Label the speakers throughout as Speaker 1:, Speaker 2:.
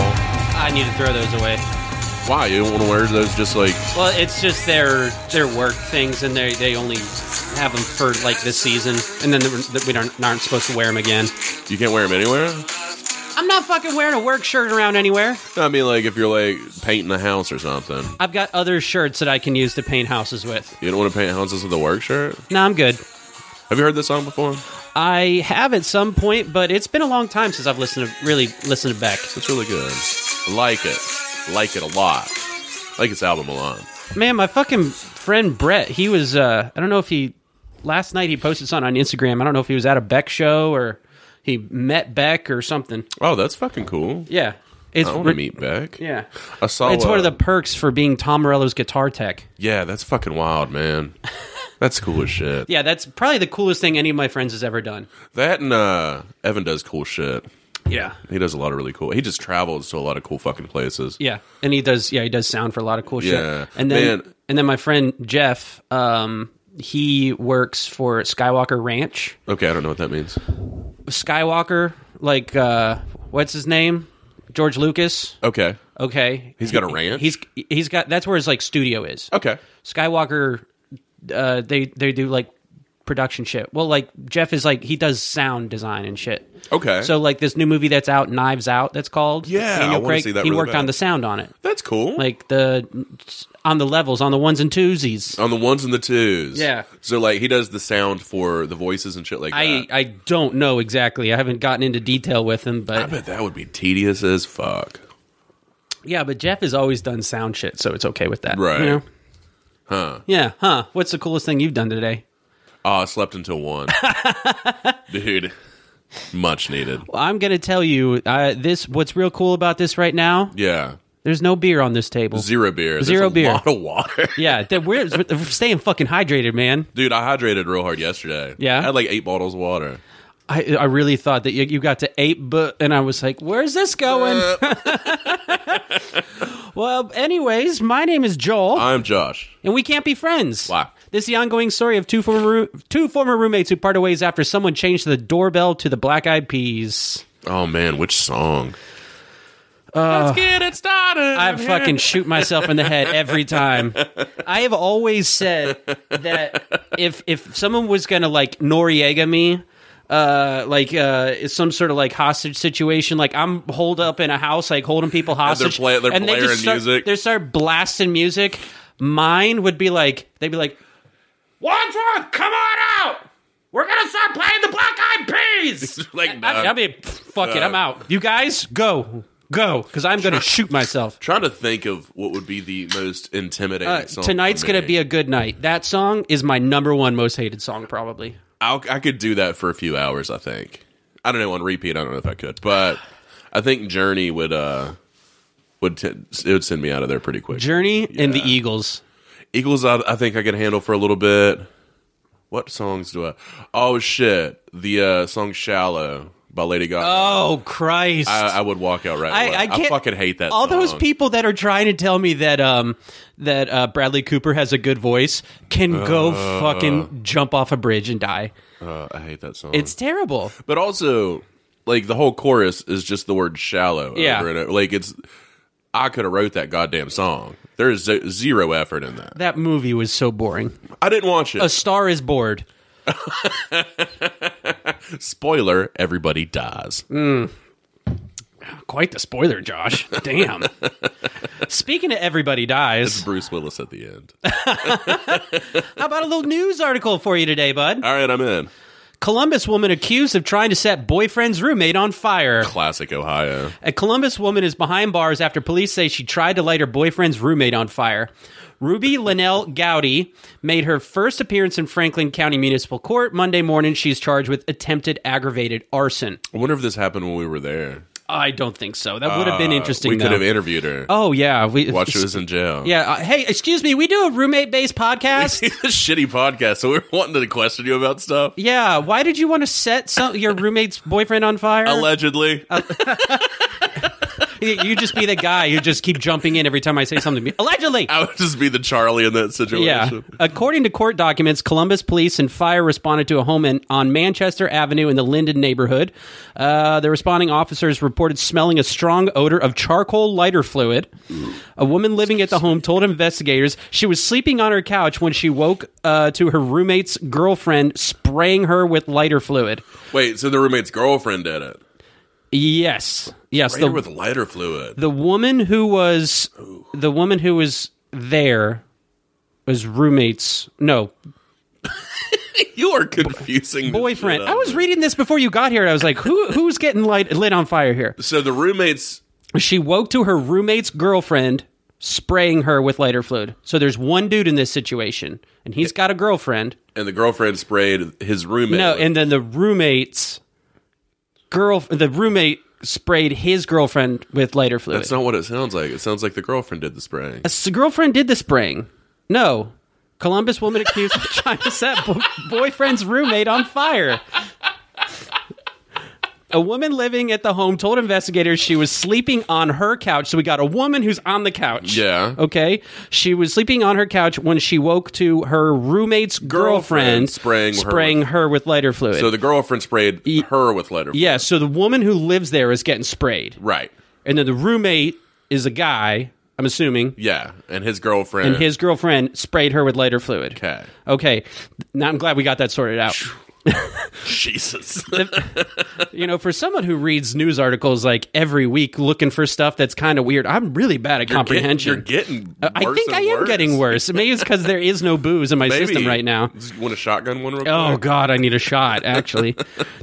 Speaker 1: I need to throw those away.
Speaker 2: uh, Why you don't want to wear those? Just like
Speaker 1: Well, it's just their their work things, and they they only have them for like this season, and then the- we aren't, aren't supposed to wear them again.
Speaker 2: you can't wear them anywhere.
Speaker 1: I'm not fucking wearing a work shirt around anywhere.
Speaker 2: I mean, like if you're like painting a house or something,
Speaker 1: I've got other shirts that I can use to paint houses with.
Speaker 2: you don't want to paint houses with a work shirt.
Speaker 1: No, I'm good.
Speaker 2: Have you heard this song before?
Speaker 1: I have at some point, but it's been a long time since I've listened to really listened to Beck.
Speaker 2: It's really good. I like it. I like it a lot. I like this album a lot.
Speaker 1: Man, my fucking friend Brett, he was uh I don't know if he last night he posted something on Instagram. I don't know if he was at a Beck show or he met Beck or something.
Speaker 2: Oh, that's fucking cool.
Speaker 1: Yeah. It's
Speaker 2: I want to
Speaker 1: re-
Speaker 2: meet Beck.
Speaker 1: Yeah.
Speaker 2: I saw.
Speaker 1: it's one of
Speaker 2: uh,
Speaker 1: the perks for being Tom Morello's guitar tech.
Speaker 2: Yeah, that's fucking wild, man. That's cool as shit.
Speaker 1: Yeah, that's probably the coolest thing any of my friends has ever done.
Speaker 2: That and uh, Evan does cool shit.
Speaker 1: Yeah.
Speaker 2: He does a lot of really cool. He just travels to a lot of cool fucking places.
Speaker 1: Yeah, and he does. Yeah, he does sound for a lot of cool
Speaker 2: Yeah.
Speaker 1: shit. And then,
Speaker 2: Man.
Speaker 1: and then my friend Jeff, um, he works for Skywalker Ranch.
Speaker 2: Okay, I don't know what that means.
Speaker 1: Skywalker, like, uh, what's his name? George Lucas.
Speaker 2: Okay,
Speaker 1: Okay,
Speaker 2: he's got a ranch.
Speaker 1: he's he's got that's where his like studio is.
Speaker 2: okay.
Speaker 1: Skywalker, uh, they they do like production shit. Well, like Jeff is like he does sound design and shit.
Speaker 2: Okay.
Speaker 1: So like this new movie that's out, Knives Out, that's called.
Speaker 2: Yeah, I
Speaker 1: Daniel
Speaker 2: wanna
Speaker 1: Craig,
Speaker 2: see that
Speaker 1: he
Speaker 2: really
Speaker 1: worked on
Speaker 2: bad.
Speaker 1: the sound on it.
Speaker 2: that's cool.
Speaker 1: like the on the levels on the ones and twosies.
Speaker 2: on the ones and the twos.
Speaker 1: Yeah.
Speaker 2: So like he does the sound for the voices and shit like
Speaker 1: I
Speaker 2: that.
Speaker 1: I don't know exactly. I haven't gotten into detail with him,
Speaker 2: I
Speaker 1: but
Speaker 2: bet that would be tedious as fuck.
Speaker 1: yeah. But Jeff has always done sound shit, so it's okay with that, you
Speaker 2: Right.
Speaker 1: know?
Speaker 2: Huh.
Speaker 1: Yeah, huh? What's the coolest thing you've done today?
Speaker 2: Oh, I slept until one. Dude. Much needed.
Speaker 1: Well, I'm gonna tell you uh, this. What's real cool about this right now?
Speaker 2: Yeah.
Speaker 1: There's no beer on this table.
Speaker 2: Zero beer. There's
Speaker 1: Zero
Speaker 2: a
Speaker 1: beer.
Speaker 2: lot of water.
Speaker 1: Yeah, that we're, we're staying fucking hydrated, man.
Speaker 2: Dude, I hydrated real hard yesterday.
Speaker 1: Yeah?
Speaker 2: I had like eight bottles of water.
Speaker 1: I I really thought that you, you got to eight, but and I was like, where's this going?
Speaker 2: Uh.
Speaker 1: well, anyways, my name is Joel.
Speaker 2: I'm Josh.
Speaker 1: and we can't be friends.
Speaker 2: Uh. Why?
Speaker 1: This is the ongoing story of two former roo- two former roommates who parted ways after someone changed the doorbell to the Black Eyed Peas.
Speaker 2: Oh man, which song? Uh, Let's get it started.
Speaker 1: I fucking shoot myself in the head every time. I have always said that if if someone was gonna like Noriega me, uh, like uh, it's some sort of like hostage situation, like I'm holed up in a house, like holding people hostage,
Speaker 2: play- they're
Speaker 1: they
Speaker 2: blaring
Speaker 1: just start,
Speaker 2: music.
Speaker 1: they start blasting music. Mine would be like they'd be like, Wandra, come on out. We're gonna start playing the Black Eyed Peas.
Speaker 2: like
Speaker 1: I, I
Speaker 2: nah.
Speaker 1: mean, fuck it, I'm
Speaker 2: uh,
Speaker 1: out. You guys, go, go, because I'm gonna shoot myself.
Speaker 2: trying to think of what would be the most intimidating
Speaker 1: Uh,
Speaker 2: song.
Speaker 1: tonight's
Speaker 2: for
Speaker 1: gonna
Speaker 2: me.
Speaker 1: be a good night. That song is my number one most hated song, probably.
Speaker 2: I'll, I could do that for a few hours. I think. I don't know on repeat. I don't know if I could, but I think Journey would uh would t- it would send me out of there pretty quick.
Speaker 1: Journey and the Eagles.
Speaker 2: Eagles, I, I think I could handle for a little bit. What songs do I? Oh shit, the uh, song "Shallow" by Lady Gaga.
Speaker 1: Oh Christ!
Speaker 2: I, I would walk out right.
Speaker 1: I-
Speaker 2: away.
Speaker 1: I can't-
Speaker 2: fucking hate that.
Speaker 1: All those
Speaker 2: song.
Speaker 1: people that are trying to tell me that um that uh, Bradley Cooper has a good voice can go fucking jump off a bridge and die.
Speaker 2: Uh, I hate that song.
Speaker 1: It's terrible.
Speaker 2: But also, like the whole chorus is just the word "shallow."
Speaker 1: Yeah.
Speaker 2: over and over. like it's. I could have wrote that goddamn song. There is ze- zero effort in that.
Speaker 1: That movie was so boring.
Speaker 2: I didn't watch it.
Speaker 1: A Star Is Bored.
Speaker 2: Spoiler: Everybody dies.
Speaker 1: Mm. Quite the spoiler, Josh. Damn. Speaking of everybody dies,
Speaker 2: Bruce Willis at the end.
Speaker 1: how about a little news article for you today, bud?
Speaker 2: All right, I'm in.
Speaker 1: Columbus woman accused of trying to set boyfriend's roommate on fire.
Speaker 2: Classic Ohio.
Speaker 1: A Columbus woman is behind bars after police say she tried to light her boyfriend's roommate on fire. Ruby Linnell Gowdy made her first appearance in Franklin County Municipal Court Monday morning. She's charged with attempted aggravated arson.
Speaker 2: I wonder if this happened when we were there.
Speaker 1: I don't think so. That would have been interesting.
Speaker 2: We
Speaker 1: though.
Speaker 2: could have interviewed her.
Speaker 1: Uh, oh yeah, we
Speaker 2: While she was in jail.
Speaker 1: Yeah. Uh, hey, excuse me. We do a roommate-based podcast.
Speaker 2: Shitty podcast. So we were wanting to question you about stuff.
Speaker 1: yeah. Why did Oh. you want to set some, your roommate's boyfriend on fire?
Speaker 2: Allegedly.
Speaker 1: you just be the guy who just keep jumping in every time I say something. Allegedly.
Speaker 2: I would just be the Charlie in that
Speaker 1: Yeah.
Speaker 2: situation.
Speaker 1: According to court documents, Columbus police and fire responded to a home in, on Manchester Avenue in the Linden neighborhood. Uh, the responding officers reported smelling a strong odor of charcoal lighter fluid. A woman living at the home told investigators she was sleeping on her couch when she woke uh, to her roommate's girlfriend spraying her with lighter fluid.
Speaker 2: Wait, so the roommate's girlfriend did it.
Speaker 1: Yes. Yes.
Speaker 2: Sprayed her
Speaker 1: the-
Speaker 2: with lighter fluid.
Speaker 1: the woman who was the woman who was there was roommates no
Speaker 2: you are confusing the
Speaker 1: boyfriend
Speaker 2: shit
Speaker 1: i
Speaker 2: out
Speaker 1: was
Speaker 2: of me.
Speaker 1: reading this before you got here and i was like who who's getting light lit on fire here
Speaker 2: So the roommates.
Speaker 1: she woke to her roommate's girlfriend spraying her with lighter fluid so there's one dude in this situation and he's got a girlfriend
Speaker 2: And the girlfriend sprayed his roommate.
Speaker 1: no
Speaker 2: with-
Speaker 1: and then the roommate's girl the roommate sprayed his girlfriend with lighter fluid
Speaker 2: that's not what it sounds like. It sounds like the girlfriend did the spraying.
Speaker 1: The girlfriend did the spraying. No. Columbus woman accused of trying to set bo- boyfriend's roommate on fire. A woman living at the home told investigators she was sleeping on her couch. So we got a woman who's on the couch.
Speaker 2: Yeah.
Speaker 1: Okay. She was sleeping on her couch when she woke to her roommate's girlfriend,
Speaker 2: Girlfriend spraying her
Speaker 1: spraying
Speaker 2: with-
Speaker 1: her with lighter fluid.
Speaker 2: So the girlfriend sprayed her with lighter. fluid.
Speaker 1: E yeah. So the woman who lives there is getting sprayed.
Speaker 2: Right.
Speaker 1: And then the roommate is a guy, I'm assuming,
Speaker 2: Yeah. And his girlfriend.
Speaker 1: and his girlfriend sprayed her with lighter fluid.
Speaker 2: Okay.
Speaker 1: Okay. Now I'm glad we got that sorted out.
Speaker 2: Jesus.
Speaker 1: You know, for someone who reads news articles like every week looking for stuff that's kind of weird, I'm really bad at
Speaker 2: You're
Speaker 1: comprehension.
Speaker 2: getting.
Speaker 1: Uh, I
Speaker 2: worse
Speaker 1: think
Speaker 2: and
Speaker 1: I am
Speaker 2: worse.
Speaker 1: getting worse. Maybe it's because there is no booze in my
Speaker 2: Maybe.
Speaker 1: system right now.
Speaker 2: You want a shotgun one real quick?
Speaker 1: Oh, God, I need a shot, actually.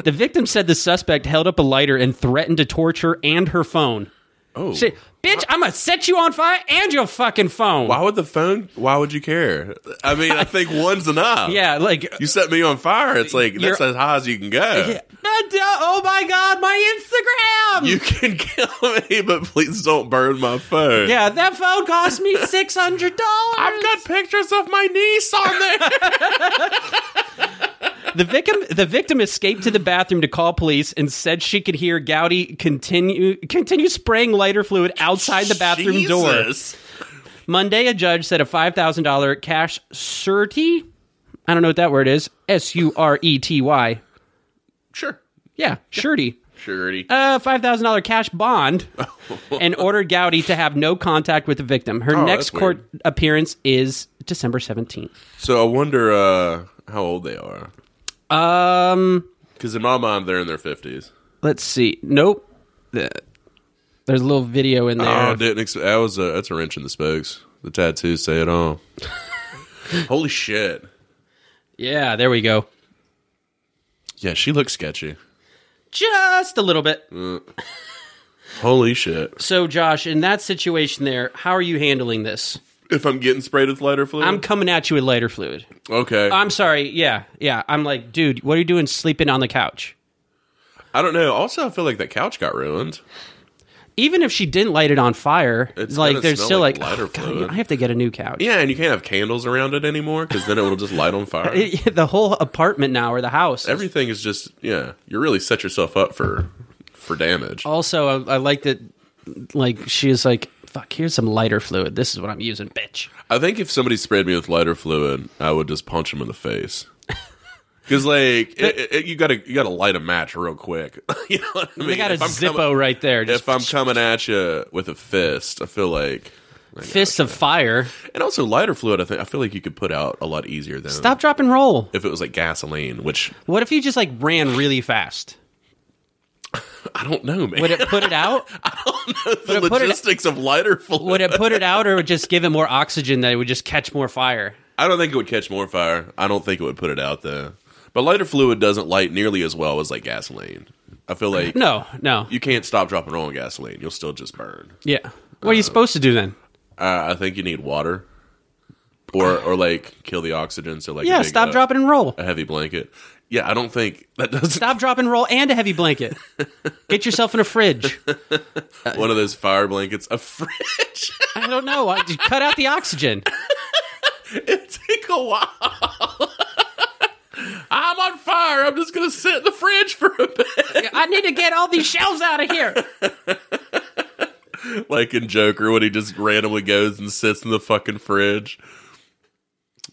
Speaker 1: the victim said the suspect held up a lighter and threatened to torture and her phone.
Speaker 2: Oh.
Speaker 1: She, Bitch, I'm going to set you on fire and your fucking phone.
Speaker 2: Why would the phone? Why would you care? I mean, I think one's enough.
Speaker 1: Yeah, like,
Speaker 2: You set me on fire. It's like that's
Speaker 1: You're-
Speaker 2: as high as you can go.
Speaker 1: oh my God, my Instagram!
Speaker 2: You can kill me, but please don't burn my phone.
Speaker 1: Yeah, that phone cost me six hundred dollars.
Speaker 2: I've got pictures of my niece on there.
Speaker 1: the victim. The victim escaped to the bathroom to call police and said she could hear Gowdy continue continue spraying lighter fluid outside the bathroom door.
Speaker 2: Jesus.
Speaker 1: Monday, a judge said a five thousand dollar cash surety. I don't know what that word is. S U R E T Y.
Speaker 2: Sure,
Speaker 1: Yeah, surety.
Speaker 2: surety.
Speaker 1: A five thousand dollar cash bond, and ordered Gowdy to have no contact with the victim. Her
Speaker 2: Oh,
Speaker 1: next
Speaker 2: that's
Speaker 1: court
Speaker 2: weird.
Speaker 1: appearance is December seventeenth.
Speaker 2: so I wonder uh, how old they are.
Speaker 1: Um.
Speaker 2: Because in my mind, they're in their fifties.
Speaker 1: let's see. Nope. The- There's a little video in there.
Speaker 2: Oh, didn't ex- that was a, that's a wrench in the spokes. The tattoos say it all. Holy shit!
Speaker 1: yeah, there we go.
Speaker 2: Yeah, she looks sketchy.
Speaker 1: Just a little bit.
Speaker 2: Holy shit!
Speaker 1: So, Josh, in that situation there, how are you handling this?
Speaker 2: If I'm getting sprayed with lighter fluid,
Speaker 1: I'm coming at you with lighter fluid.
Speaker 2: okay.
Speaker 1: I'm sorry. Yeah, yeah. I'm like, dude, what are you doing sleeping on the couch?
Speaker 2: I don't know. Also, I feel like that couch got ruined.
Speaker 1: Even if she didn't light it on fire,
Speaker 2: It's
Speaker 1: like
Speaker 2: gonna
Speaker 1: there's
Speaker 2: smell
Speaker 1: still
Speaker 2: like
Speaker 1: like,
Speaker 2: lighter
Speaker 1: "Oh, God,
Speaker 2: fluid."
Speaker 1: I have to get a new couch.
Speaker 2: Yeah, and you can't have candles around it anymore because then it will just light on fire.
Speaker 1: the whole apartment now or the house.
Speaker 2: Everything is just yeah. You really set yourself up for for damage.
Speaker 1: also, I, I like that. Like she is like, fuck. Here's some lighter fluid. This is what I'm using, bitch.
Speaker 2: I think if somebody sprayed me with lighter fluid, I would just punch him in the face. Because like it, it, you gotta you gotta light a match real quick. you know what I mean?
Speaker 1: They got a
Speaker 2: if I'm
Speaker 1: Zippo
Speaker 2: coming,
Speaker 1: right there. Just
Speaker 2: if I'm coming at you with a fist, I feel like,
Speaker 1: fist of fire.
Speaker 2: and also lighter fluid. I think I feel like you could put out a lot easier than
Speaker 1: Stop, drop, and roll.
Speaker 2: if it was like gasoline. Which
Speaker 1: What if you just like ran really fast?
Speaker 2: I don't know, man.
Speaker 1: Would it put it out?
Speaker 2: the
Speaker 1: it put it-
Speaker 2: logistics of lighter fluid.
Speaker 1: Would it put it out, or would just give it more oxygen that it would just catch more fire?
Speaker 2: I don't think it would catch more fire. I don't think it would put it out there. But lighter fluid doesn't light nearly as well as like gasoline. I feel like
Speaker 1: No, no.
Speaker 2: you can't stop dropping roll on gasoline. You'll still just burn.
Speaker 1: Yeah. What are you supposed to do then?
Speaker 2: Uh, I think you need water, or or like kill the oxygen. So like a
Speaker 1: Yeah,
Speaker 2: big,
Speaker 1: stop,
Speaker 2: uh,
Speaker 1: drop, and roll.
Speaker 2: a heavy blanket. Yeah, I don't think that doesn't
Speaker 1: Stop, drop, and roll, and a heavy blanket. Get yourself in a fridge.
Speaker 2: one of those fire blankets. A fridge.
Speaker 1: I don't know. I- you Cut out the oxygen.
Speaker 2: it take a while. I'm on fire. I'm just gonna sit in the fridge for a bit.
Speaker 1: I need to get all these shelves out of here.
Speaker 2: like in Joker when he just randomly goes and sits in the fucking fridge.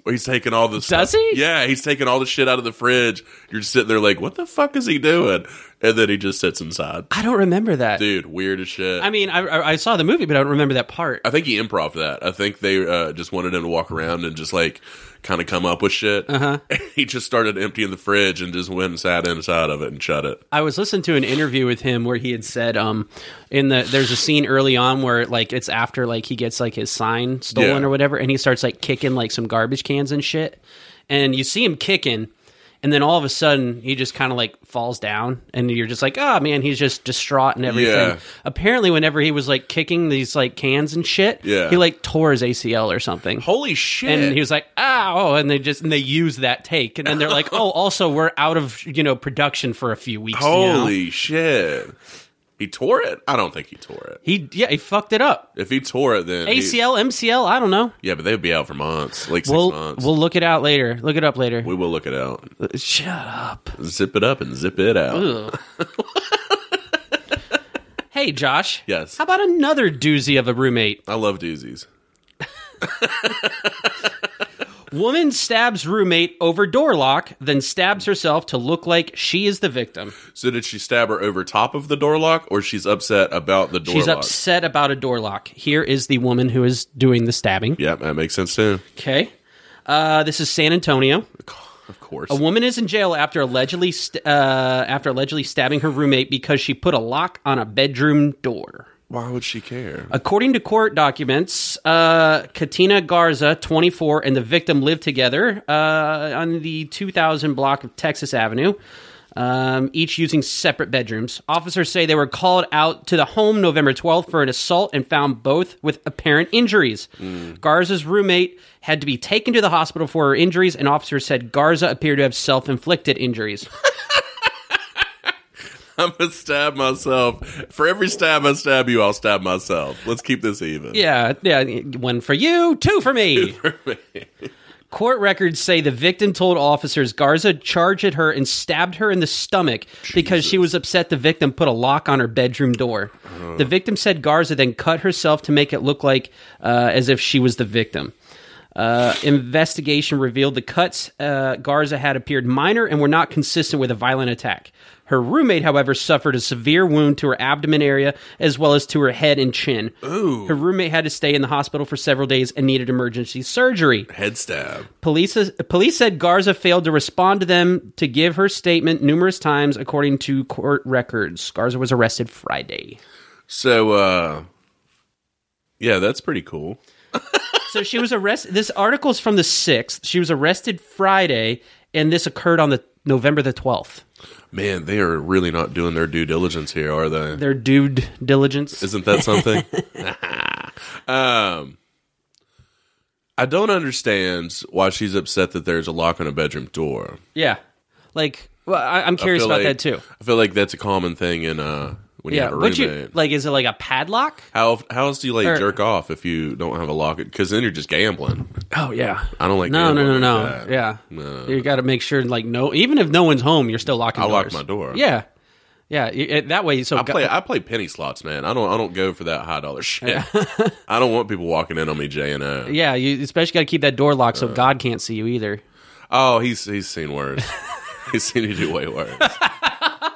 Speaker 2: Well, He's taking all this.
Speaker 1: Does
Speaker 2: stuff-
Speaker 1: he?
Speaker 2: Yeah, he's taking all the shit out of the fridge. You're just sitting there like, what the fuck is he doing? And then he just sits inside.
Speaker 1: I don't remember that.
Speaker 2: Dude, weird as shit.
Speaker 1: I mean, I, I I saw the movie, but I don't remember that part.
Speaker 2: I think he improv that. I think they uh, just wanted him to walk around and just like kind of come up with shit. Uh-huh. he just started emptying the fridge and just went and sat inside of it and shut it.
Speaker 1: I was listening to an interview with him where he had said, um, in the there's a scene early on where like it's after like he gets like his sign stolen
Speaker 2: Yeah.
Speaker 1: or whatever, and he starts like kicking like some garbage cans and shit, and you see him kicking, and then all of a sudden he just kind of like falls down, and you're just like, oh man, he's just distraught and everything.
Speaker 2: Yeah.
Speaker 1: Apparently, whenever he was like kicking these like cans and shit,
Speaker 2: Yeah.
Speaker 1: he like tore his ACL or something.
Speaker 2: Holy shit!
Speaker 1: and he was like, "Ow!" And they just and they use that take, and then they're like, "Oh, also we're out of you know production for a few weeks." you know?
Speaker 2: Holy shit! He tore it. I don't think he tore it.
Speaker 1: he yeah he fucked it up.
Speaker 2: If he tore it, then he-
Speaker 1: ACL, MCL, I don't know.
Speaker 2: yeah, but they'd be out for months, like 6
Speaker 1: We'll
Speaker 2: months.
Speaker 1: we'll look it out later. Look it up later.
Speaker 2: we will look it out,
Speaker 1: Shut up.
Speaker 2: zip it up, and zip it out.
Speaker 1: Ugh. hey, Josh.
Speaker 2: Yes.
Speaker 1: How about another doozy of a roommate?
Speaker 2: I love doozies.
Speaker 1: Woman stabs roommate over door lock, then stabs herself to look like she is the victim.
Speaker 2: So did she stab her over top of the door lock, or she's upset about the door
Speaker 1: She's
Speaker 2: lock?
Speaker 1: upset about a door lock. Here is the woman who is doing the stabbing.
Speaker 2: Yep, that makes sense too.
Speaker 1: Okay. Uh, this is San Antonio.
Speaker 2: Of course.
Speaker 1: A woman is in jail after allegedly st- uh, after allegedly stabbing her roommate because she put a lock on a bedroom door.
Speaker 2: Why would she care?
Speaker 1: According to court documents, uh, Katina Garza, 24, and the victim lived together uh, on the 2000 block of Texas Avenue, um, each using separate bedrooms. Officers say they were called out to the home November 12th for an assault and found both with apparent injuries. Garza's roommate had to be taken to the hospital for her injuries, and officers said Garza appeared to have self inflicted injuries.
Speaker 2: I'm gonna stab myself. For every stab I stab you, I'll stab myself. Let's keep this even.
Speaker 1: Yeah, yeah. One for you, two for me. Court records say the victim told officers Garza charged at her and stabbed her in the stomach because she was upset the victim put a lock on her bedroom door. The victim said Garza then cut herself to make it look like uh, as if she was the victim. Uh, investigation revealed the cuts uh, Garza had appeared minor and were not consistent with a violent attack. Her roommate, however, suffered a severe wound to her abdomen area as well as to her head and chin. Her roommate had to stay in the hospital for several days and needed emergency surgery.
Speaker 2: Head stab.
Speaker 1: Police, police said Garza failed to respond to them to give her statement numerous times, according to court records. Garza was arrested Friday.
Speaker 2: So, uh, yeah, that's pretty cool.
Speaker 1: So she was arrested. This article's from the 6th. She was arrested Friday, and this occurred on the November the 12th.
Speaker 2: Man, they are really not doing their due diligence here, are they?
Speaker 1: Their due diligence.
Speaker 2: Isn't that something? um, I don't understand why she's upset that there's a lock on a bedroom door.
Speaker 1: yeah. Like, well, I, I'm curious
Speaker 2: feel
Speaker 1: about
Speaker 2: like-
Speaker 1: that too.
Speaker 2: I feel like that's a common thing in uh when you
Speaker 1: Yeah.
Speaker 2: have a
Speaker 1: Would
Speaker 2: roommate.
Speaker 1: you, like, is it like a padlock?
Speaker 2: how how else do you like
Speaker 1: Or-
Speaker 2: jerk off if you don't have a lock? Because then you're just gambling.
Speaker 1: Oh, yeah.
Speaker 2: I don't like
Speaker 1: No, no, no,
Speaker 2: gambling
Speaker 1: no.
Speaker 2: like that.
Speaker 1: yeah. You got to make sure, like, no, even if no one's home, you're still locking
Speaker 2: I lock
Speaker 1: doors.
Speaker 2: my door.
Speaker 1: Yeah. Yeah. y- it- that way, so
Speaker 2: I play I play penny slots, man. I don't I don't go for that high dollar shit. I don't want people walking in on me J and O.
Speaker 1: Yeah, you especially got to keep that door locked
Speaker 2: Uh.
Speaker 1: so God can't see you either.
Speaker 2: Oh, he's he's seen worse. he's seen you do way worse.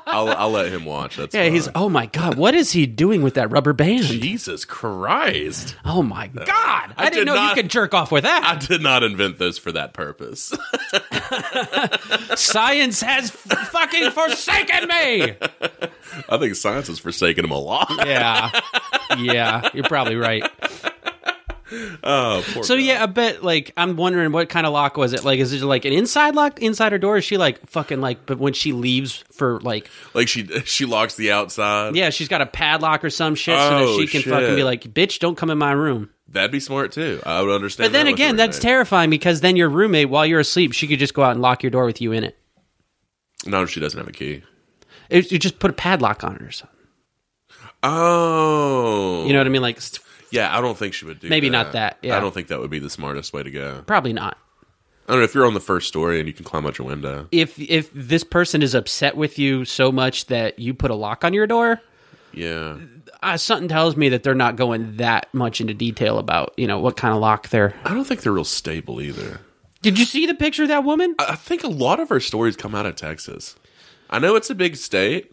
Speaker 2: I'll I'll let him watch. That's
Speaker 1: Yeah,
Speaker 2: fine.
Speaker 1: he's oh my god, what is he doing with that rubber band?
Speaker 2: Jesus Christ.
Speaker 1: Oh my god, I,
Speaker 2: Uh, did
Speaker 1: didn't know
Speaker 2: not-
Speaker 1: you could jerk off with
Speaker 2: I
Speaker 1: that.
Speaker 2: did not invent those for that purpose.
Speaker 1: Science has f- fucking forsaken me.
Speaker 2: I think science has forsaken him a lot.
Speaker 1: Yeah, yeah, you're probably right.
Speaker 2: Oh, poor
Speaker 1: So
Speaker 2: guy.
Speaker 1: yeah, I bet like I'm wondering what kind of lock was it? Like, is it like an inside lock, insider door? Is she like fucking like? But when she leaves for like,
Speaker 2: like she she locks the outside.
Speaker 1: yeah, she's got a padlock or some shit so
Speaker 2: Oh,
Speaker 1: that she can
Speaker 2: shit.
Speaker 1: fucking be like, bitch, don't come in my room.
Speaker 2: That'd be smart too. I would understand.
Speaker 1: But then
Speaker 2: that with
Speaker 1: again, that's
Speaker 2: everything.
Speaker 1: terrifying because then your roommate, while you're asleep, she could just go out and lock your door with you in it.
Speaker 2: no, she doesn't have a key.
Speaker 1: It- You just put a padlock on it or something.
Speaker 2: Oh,
Speaker 1: You know what I mean? Like, s-
Speaker 2: Yeah, I don't think she would do.
Speaker 1: Maybe
Speaker 2: that.
Speaker 1: not that, yeah.
Speaker 2: I don't think that would be the smartest way to go.
Speaker 1: probably not.
Speaker 2: I don't know if you're on the first story and you can climb out your window.
Speaker 1: If if this person is upset with you so much that you put a lock on your door,
Speaker 2: Yeah.
Speaker 1: uh, something tells me that they're not going that much into detail about you know what kind of lock they're.
Speaker 2: I don't think they're real stable either.
Speaker 1: Did you see the picture of that woman?
Speaker 2: I I think a lot of our stories come out of Texas. I know it's a big state.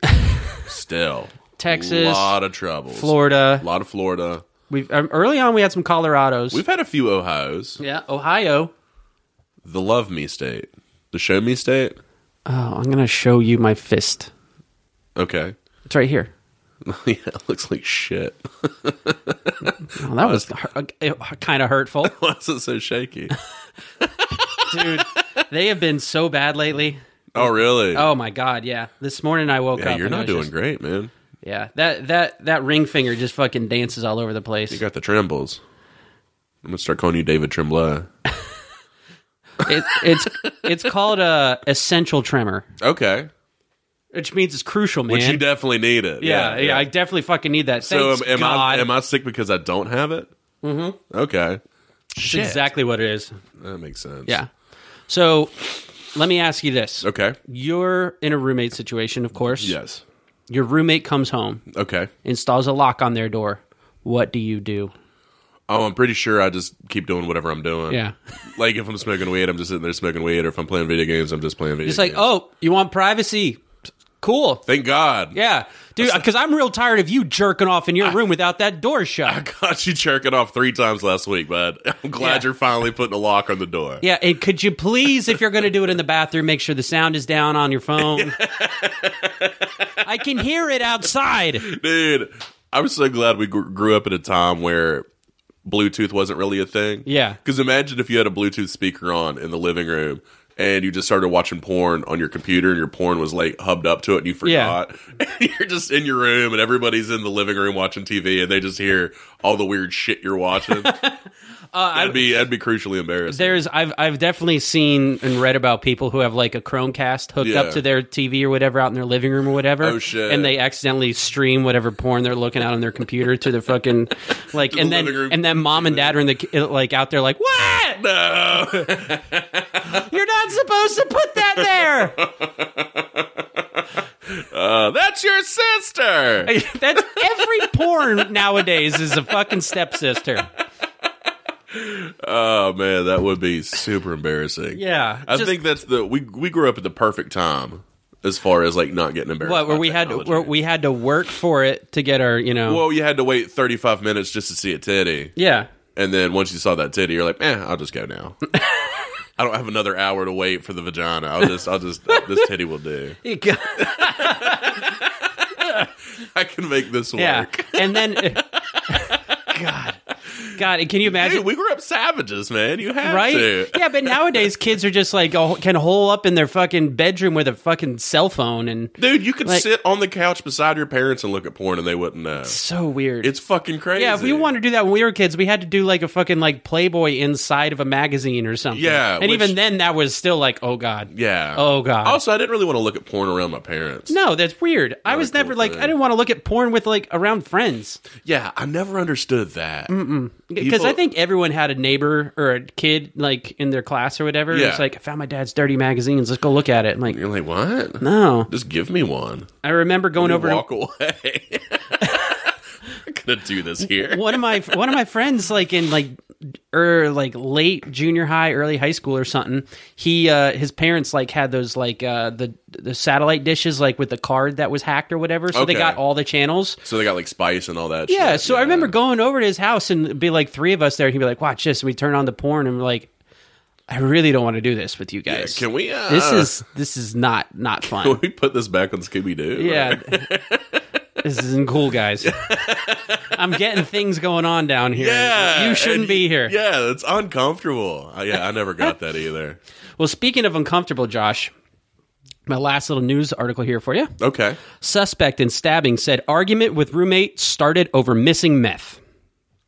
Speaker 2: Still,
Speaker 1: Texas,
Speaker 2: a lot of troubles.
Speaker 1: Florida.
Speaker 2: a lot of Florida.
Speaker 1: We've um, early on we had some Colorados.
Speaker 2: We've had a few Ohio's.
Speaker 1: yeah, Ohio.
Speaker 2: The love me state, the show me state.
Speaker 1: Oh, I'm gonna show you my fist.
Speaker 2: Okay,
Speaker 1: It's right here.
Speaker 2: yeah, it looks like shit.
Speaker 1: Oh, that was kind of hurtful,
Speaker 2: Why is it so shaky?
Speaker 1: dude. they have been so bad lately.
Speaker 2: Oh, really?
Speaker 1: Oh my god, yeah. This morning I woke
Speaker 2: yeah,
Speaker 1: up.
Speaker 2: you're
Speaker 1: and I
Speaker 2: not
Speaker 1: was
Speaker 2: doing
Speaker 1: just-
Speaker 2: great, man.
Speaker 1: Yeah, that that that ring finger just fucking dances all over the place.
Speaker 2: You got the trembles. I'm gonna start calling you David Tremblay.
Speaker 1: it, it's it's called a essential tremor,
Speaker 2: Okay,
Speaker 1: which means it's crucial, man.
Speaker 2: which you definitely need it.
Speaker 1: yeah, yeah, I definitely fucking need that.
Speaker 2: so am,
Speaker 1: Thanks
Speaker 2: am
Speaker 1: God.
Speaker 2: I am I sick because I don't have it? Mm-hmm. Okay,
Speaker 1: That's exactly what it is.
Speaker 2: that makes sense.
Speaker 1: Yeah. So let me ask you this.
Speaker 2: Okay.
Speaker 1: You're in a roommate situation, of course.
Speaker 2: Yes.
Speaker 1: Your roommate comes home,
Speaker 2: Okay.
Speaker 1: installs a lock on their door. What do you do?
Speaker 2: Oh, I'm pretty sure I just keep doing whatever I'm doing.
Speaker 1: Yeah.
Speaker 2: Like if I'm smoking weed, I'm just sitting there smoking weed, or if I'm playing video games, I'm just playing video.
Speaker 1: It's like,
Speaker 2: games.
Speaker 1: oh, you want privacy? Cool.
Speaker 2: thank God.
Speaker 1: Yeah. Dude, because I'm real tired of you jerking off in your room without that door shut.
Speaker 2: Got you jerking off three times last week, bud. I'm glad
Speaker 1: Yeah.
Speaker 2: you're finally putting a lock on the door.
Speaker 1: Yeah, and could you please, if you're going to do it in the bathroom, make sure the sound is down on your phone? I can hear it outside.
Speaker 2: Dude, I'm so glad we gr- grew up at a time where Bluetooth wasn't really a thing.
Speaker 1: Yeah.
Speaker 2: Because imagine if you had a Bluetooth speaker on in the living room and you just started watching porn on your computer and your porn was like hubbed up to it and you forgot. And you're just in your room and everybody's in the living room watching TV and they just hear all the weird shit you're watching. that'd, be, that'd be crucially embarrassing.
Speaker 1: There's I've I've definitely seen and read about people who have like a Chromecast hooked
Speaker 2: Yeah.
Speaker 1: up to their TV or whatever out in their living room or whatever.
Speaker 2: Oh, shit.
Speaker 1: And they accidentally stream whatever porn they're looking at on their computer to their fucking like and
Speaker 2: the
Speaker 1: then
Speaker 2: living room.
Speaker 1: and then mom and dad are in the uh, like out there like, "What?
Speaker 2: No.
Speaker 1: You're not supposed to put that there."
Speaker 2: Uh, that's your sister.
Speaker 1: That's every porn nowadays is a fucking stepsister.
Speaker 2: Oh man, that would be super embarrassing.
Speaker 1: Yeah.
Speaker 2: I
Speaker 1: Just-
Speaker 2: think that's the we we grew up at the perfect time as far as like not getting embarrassed.
Speaker 1: what where
Speaker 2: by
Speaker 1: we had
Speaker 2: technology.
Speaker 1: where we had to work for it to get our, you know.
Speaker 2: well, you had to wait thirty five minutes just to see a titty,
Speaker 1: yeah.
Speaker 2: and then once you saw that titty, you're like, eh, I'll just go now. I don't have another hour to wait for the vagina. I'll just, I'll just, this titty will do. I can make this work.
Speaker 1: Yeah, and then God, God, can you
Speaker 2: Dude,
Speaker 1: imagine?
Speaker 2: we grew up savages, man. You have
Speaker 1: Right?
Speaker 2: to.
Speaker 1: Yeah, but nowadays kids are just like oh, can hole up in their fucking bedroom with a fucking cell phone, and
Speaker 2: Dude, you could
Speaker 1: Like-
Speaker 2: sit on the couch beside your parents and look at porn, and they wouldn't know.
Speaker 1: so weird.
Speaker 2: It's fucking crazy.
Speaker 1: yeah, if we wanted to do that when we were kids, we had to do like a fucking like Playboy inside of a magazine or something.
Speaker 2: Yeah,
Speaker 1: and
Speaker 2: which-
Speaker 1: even then, that was still like, oh god,
Speaker 2: Yeah.
Speaker 1: oh god.
Speaker 2: Also, I didn't really want to look at porn around my parents.
Speaker 1: no, that's weird. I was
Speaker 2: cool
Speaker 1: never like
Speaker 2: thing.
Speaker 1: I didn't want to look at porn with like around friends
Speaker 2: Yeah, I never understood that.
Speaker 1: because
Speaker 2: People-
Speaker 1: I think everyone had a neighbor or a kid like in their class or whatever.
Speaker 2: Yeah.
Speaker 1: It's like I found my dad's dirty magazines. Let's go look at it. I'm like,
Speaker 2: You're like, what?
Speaker 1: no.
Speaker 2: Just give me one.
Speaker 1: I remember going over.
Speaker 2: Walk away. I'm gonna do this here.
Speaker 1: one of my one of my friends like in like or like late junior high early high school or something he uh his parents like had those like uh the the satellite dishes like with the card that was hacked or whatever so they
Speaker 2: Okay.
Speaker 1: got all the channels
Speaker 2: So they got like spice and all that.
Speaker 1: yeah
Speaker 2: shit.
Speaker 1: so i remember going over to his house and it'd be like three of us there and he'd be like watch this and we turn on the porn and we're like i really don't want to do this with you
Speaker 2: Yeah,
Speaker 1: guys
Speaker 2: Can we? Uh,
Speaker 1: this is this is not not
Speaker 2: Can
Speaker 1: fun
Speaker 2: we put this back on Scooby Doo?
Speaker 1: yeah this isn't cool guys i'm getting things going on down here
Speaker 2: Yeah.
Speaker 1: you shouldn't
Speaker 2: and-
Speaker 1: be here
Speaker 2: Yeah, it's uncomfortable. Uh, yeah, I never got that either.
Speaker 1: Well, speaking of uncomfortable, Josh, my last little news article here for you.
Speaker 2: Okay.
Speaker 1: Suspect in stabbing said argument with roommate started over missing meth.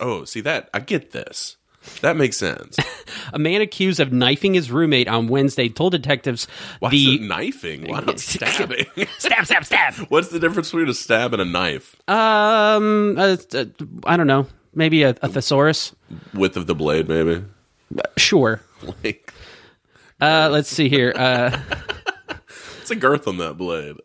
Speaker 2: Oh, see that? I get this. That makes sense.
Speaker 1: A man accused of knifing his roommate on Wednesday told detectives
Speaker 2: Why is it
Speaker 1: the
Speaker 2: knifing? Why not stabbing?
Speaker 1: stab, stab, stab.
Speaker 2: What's the difference between a stab and a knife?
Speaker 1: Um, uh, uh, I don't know. Maybe a, a thesaurus. Uh,
Speaker 2: Width of the blade, maybe.
Speaker 1: Sure.
Speaker 2: Like
Speaker 1: Uh, let's see here. Uh,
Speaker 2: It's a girth on that blade.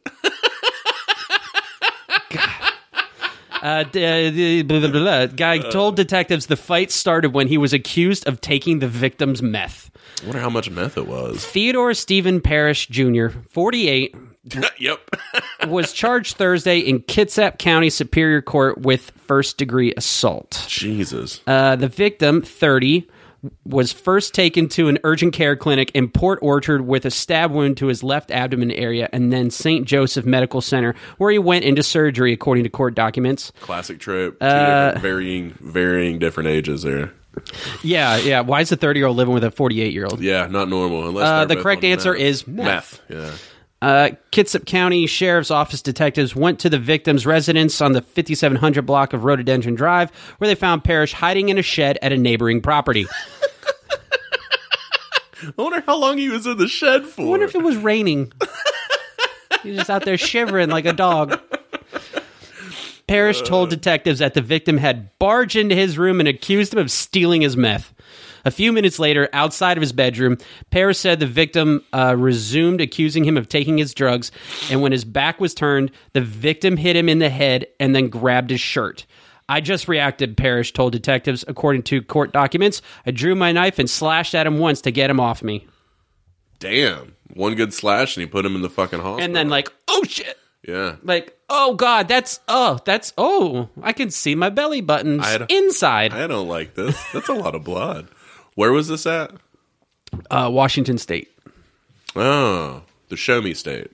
Speaker 1: Uh, d- blah, blah, blah, blah. Guy told detectives the fight started when he was accused of taking the victim's meth.
Speaker 2: I wonder how much meth it was.
Speaker 1: Theodore Stephen Parrish Jr., 48,
Speaker 2: yep.
Speaker 1: was charged Thursday in Kitsap County Superior Court with first degree assault.
Speaker 2: Jesus.
Speaker 1: Uh, the victim, 30, was first taken to an urgent care clinic in Port Orchard with a stab wound to his left abdomen area and then St. Joseph Medical Center, where he went into surgery, according to court documents.
Speaker 2: Classic trope. Two
Speaker 1: Uh,
Speaker 2: different varying, varying different ages there.
Speaker 1: Yeah, yeah. Why is a 30 year old living with a 48 year old?
Speaker 2: Yeah, not normal. Unless
Speaker 1: Uh,
Speaker 2: they're
Speaker 1: the
Speaker 2: both
Speaker 1: correct
Speaker 2: on
Speaker 1: answer
Speaker 2: meth.
Speaker 1: is meth.
Speaker 2: Yeah.
Speaker 1: Uh, Kitsap County Sheriff's Office detectives went to the victim's residence on the 5700 block of Rhododendron Drive, where they found Parrish hiding in a shed at a neighboring property.
Speaker 2: I wonder how long he was in the shed for.
Speaker 1: I wonder if it was raining. He was just out there shivering like a dog. Parrish told detectives that the victim had barged into his room and accused him of stealing his meth. A few minutes later, outside of his bedroom, Parrish said the victim uh, resumed accusing him of taking his drugs, and when his back was turned, the victim hit him in the head and then grabbed his shirt. I just reacted, Parrish told detectives, according to court documents. I drew my knife and slashed at him once to get him off me.
Speaker 2: Damn. One good slash and he put him in the fucking hospital.
Speaker 1: And then, like, oh shit!
Speaker 2: yeah.
Speaker 1: like oh god that's oh that's oh i can see my belly buttons
Speaker 2: I had-
Speaker 1: inside
Speaker 2: I don't like this. That's a lot of blood. Where was this at?
Speaker 1: uh, washington state
Speaker 2: Oh, the show me state.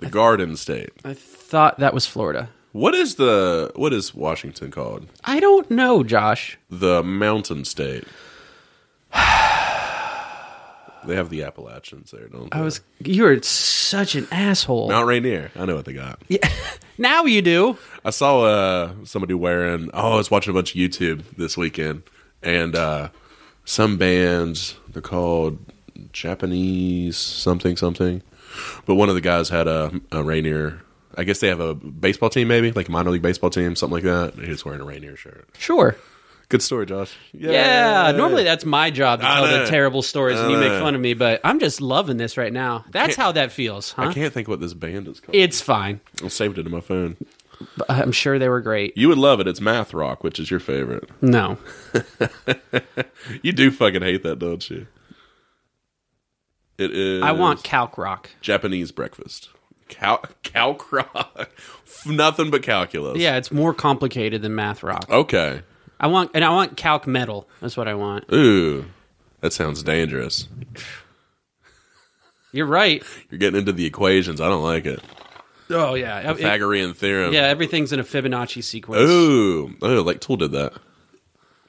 Speaker 2: The garden state.
Speaker 1: i thought that was florida
Speaker 2: What is the what is Washington called?
Speaker 1: i don't know josh
Speaker 2: The mountain state. They have the Appalachians there, don't they?
Speaker 1: i was you are such an asshole
Speaker 2: Mount Rainier. I know what they got.
Speaker 1: now you do
Speaker 2: I saw uh, somebody wearing. Oh, I was watching a bunch of YouTube this weekend, and uh, some bands they're called Japanese something something, but one of the guys had a, a Rainier. I guess they have a baseball team, maybe like a minor league baseball team, something like that. And he was wearing a Rainier shirt.
Speaker 1: sure
Speaker 2: Good story, Josh.
Speaker 1: yeah, normally that's my job to
Speaker 2: I
Speaker 1: tell the
Speaker 2: know.
Speaker 1: terrible stories and you make
Speaker 2: know.
Speaker 1: fun of me but i'm just loving this right now that's how that feels
Speaker 2: I
Speaker 1: huh
Speaker 2: can't think what this band is called.
Speaker 1: it's fine
Speaker 2: I saved it in my phone.
Speaker 1: But i'm sure they were great
Speaker 2: You would love it. It's math rock, which is your favorite.
Speaker 1: no
Speaker 2: You do fucking hate that, don't you? It is.
Speaker 1: i want calc rock
Speaker 2: Japanese breakfast. Cal calc rock. Nothing but calculus.
Speaker 1: yeah it's more complicated than math rock
Speaker 2: Oh. Okay.
Speaker 1: I want and I want calc metal. That's what I want.
Speaker 2: Ooh. That sounds dangerous.
Speaker 1: You're right.
Speaker 2: You're getting into the equations. I don't like it.
Speaker 1: Oh yeah, It-
Speaker 2: Pythagorean theorem.
Speaker 1: yeah. Everything's in a Fibonacci sequence.
Speaker 2: Ooh. Oh, like Tool did that.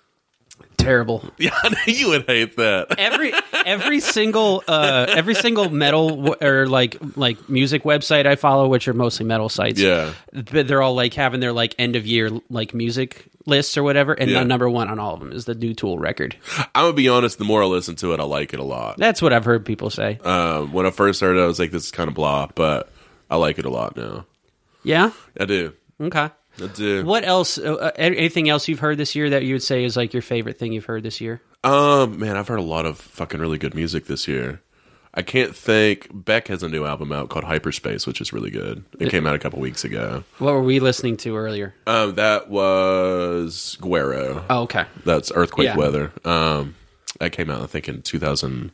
Speaker 1: Terrible.
Speaker 2: Yeah, I knew you would hate that.
Speaker 1: Every every single uh, every single metal w- or like like music website I follow, which are mostly metal sites.
Speaker 2: Yeah.
Speaker 1: but they're all like having their like end of year like music lists or whatever, and
Speaker 2: Yeah.
Speaker 1: the number one on all of them is the new Tool record.
Speaker 2: I'm gonna be honest, the more I listen to it, I like it a lot.
Speaker 1: That's what I've heard people say.
Speaker 2: Um, when I first heard it, I was like, this is kinda blah, but I like it a lot now.
Speaker 1: yeah.
Speaker 2: I do.
Speaker 1: Okay.
Speaker 2: I do.
Speaker 1: What else? Uh, uh, anything else you've heard this year that you would say is like your favorite thing you've heard this year?
Speaker 2: Um, man, I've heard a lot of fucking really good music this year. I can't think. Beck has a new album out called Hyperspace, which is really good. It came out a couple weeks ago.
Speaker 1: What were we listening to earlier?
Speaker 2: Um, that was Guero.
Speaker 1: Oh, okay.
Speaker 2: That's Earthquake
Speaker 1: Yeah.
Speaker 2: Weather. Um, that came out, I think, in 2000,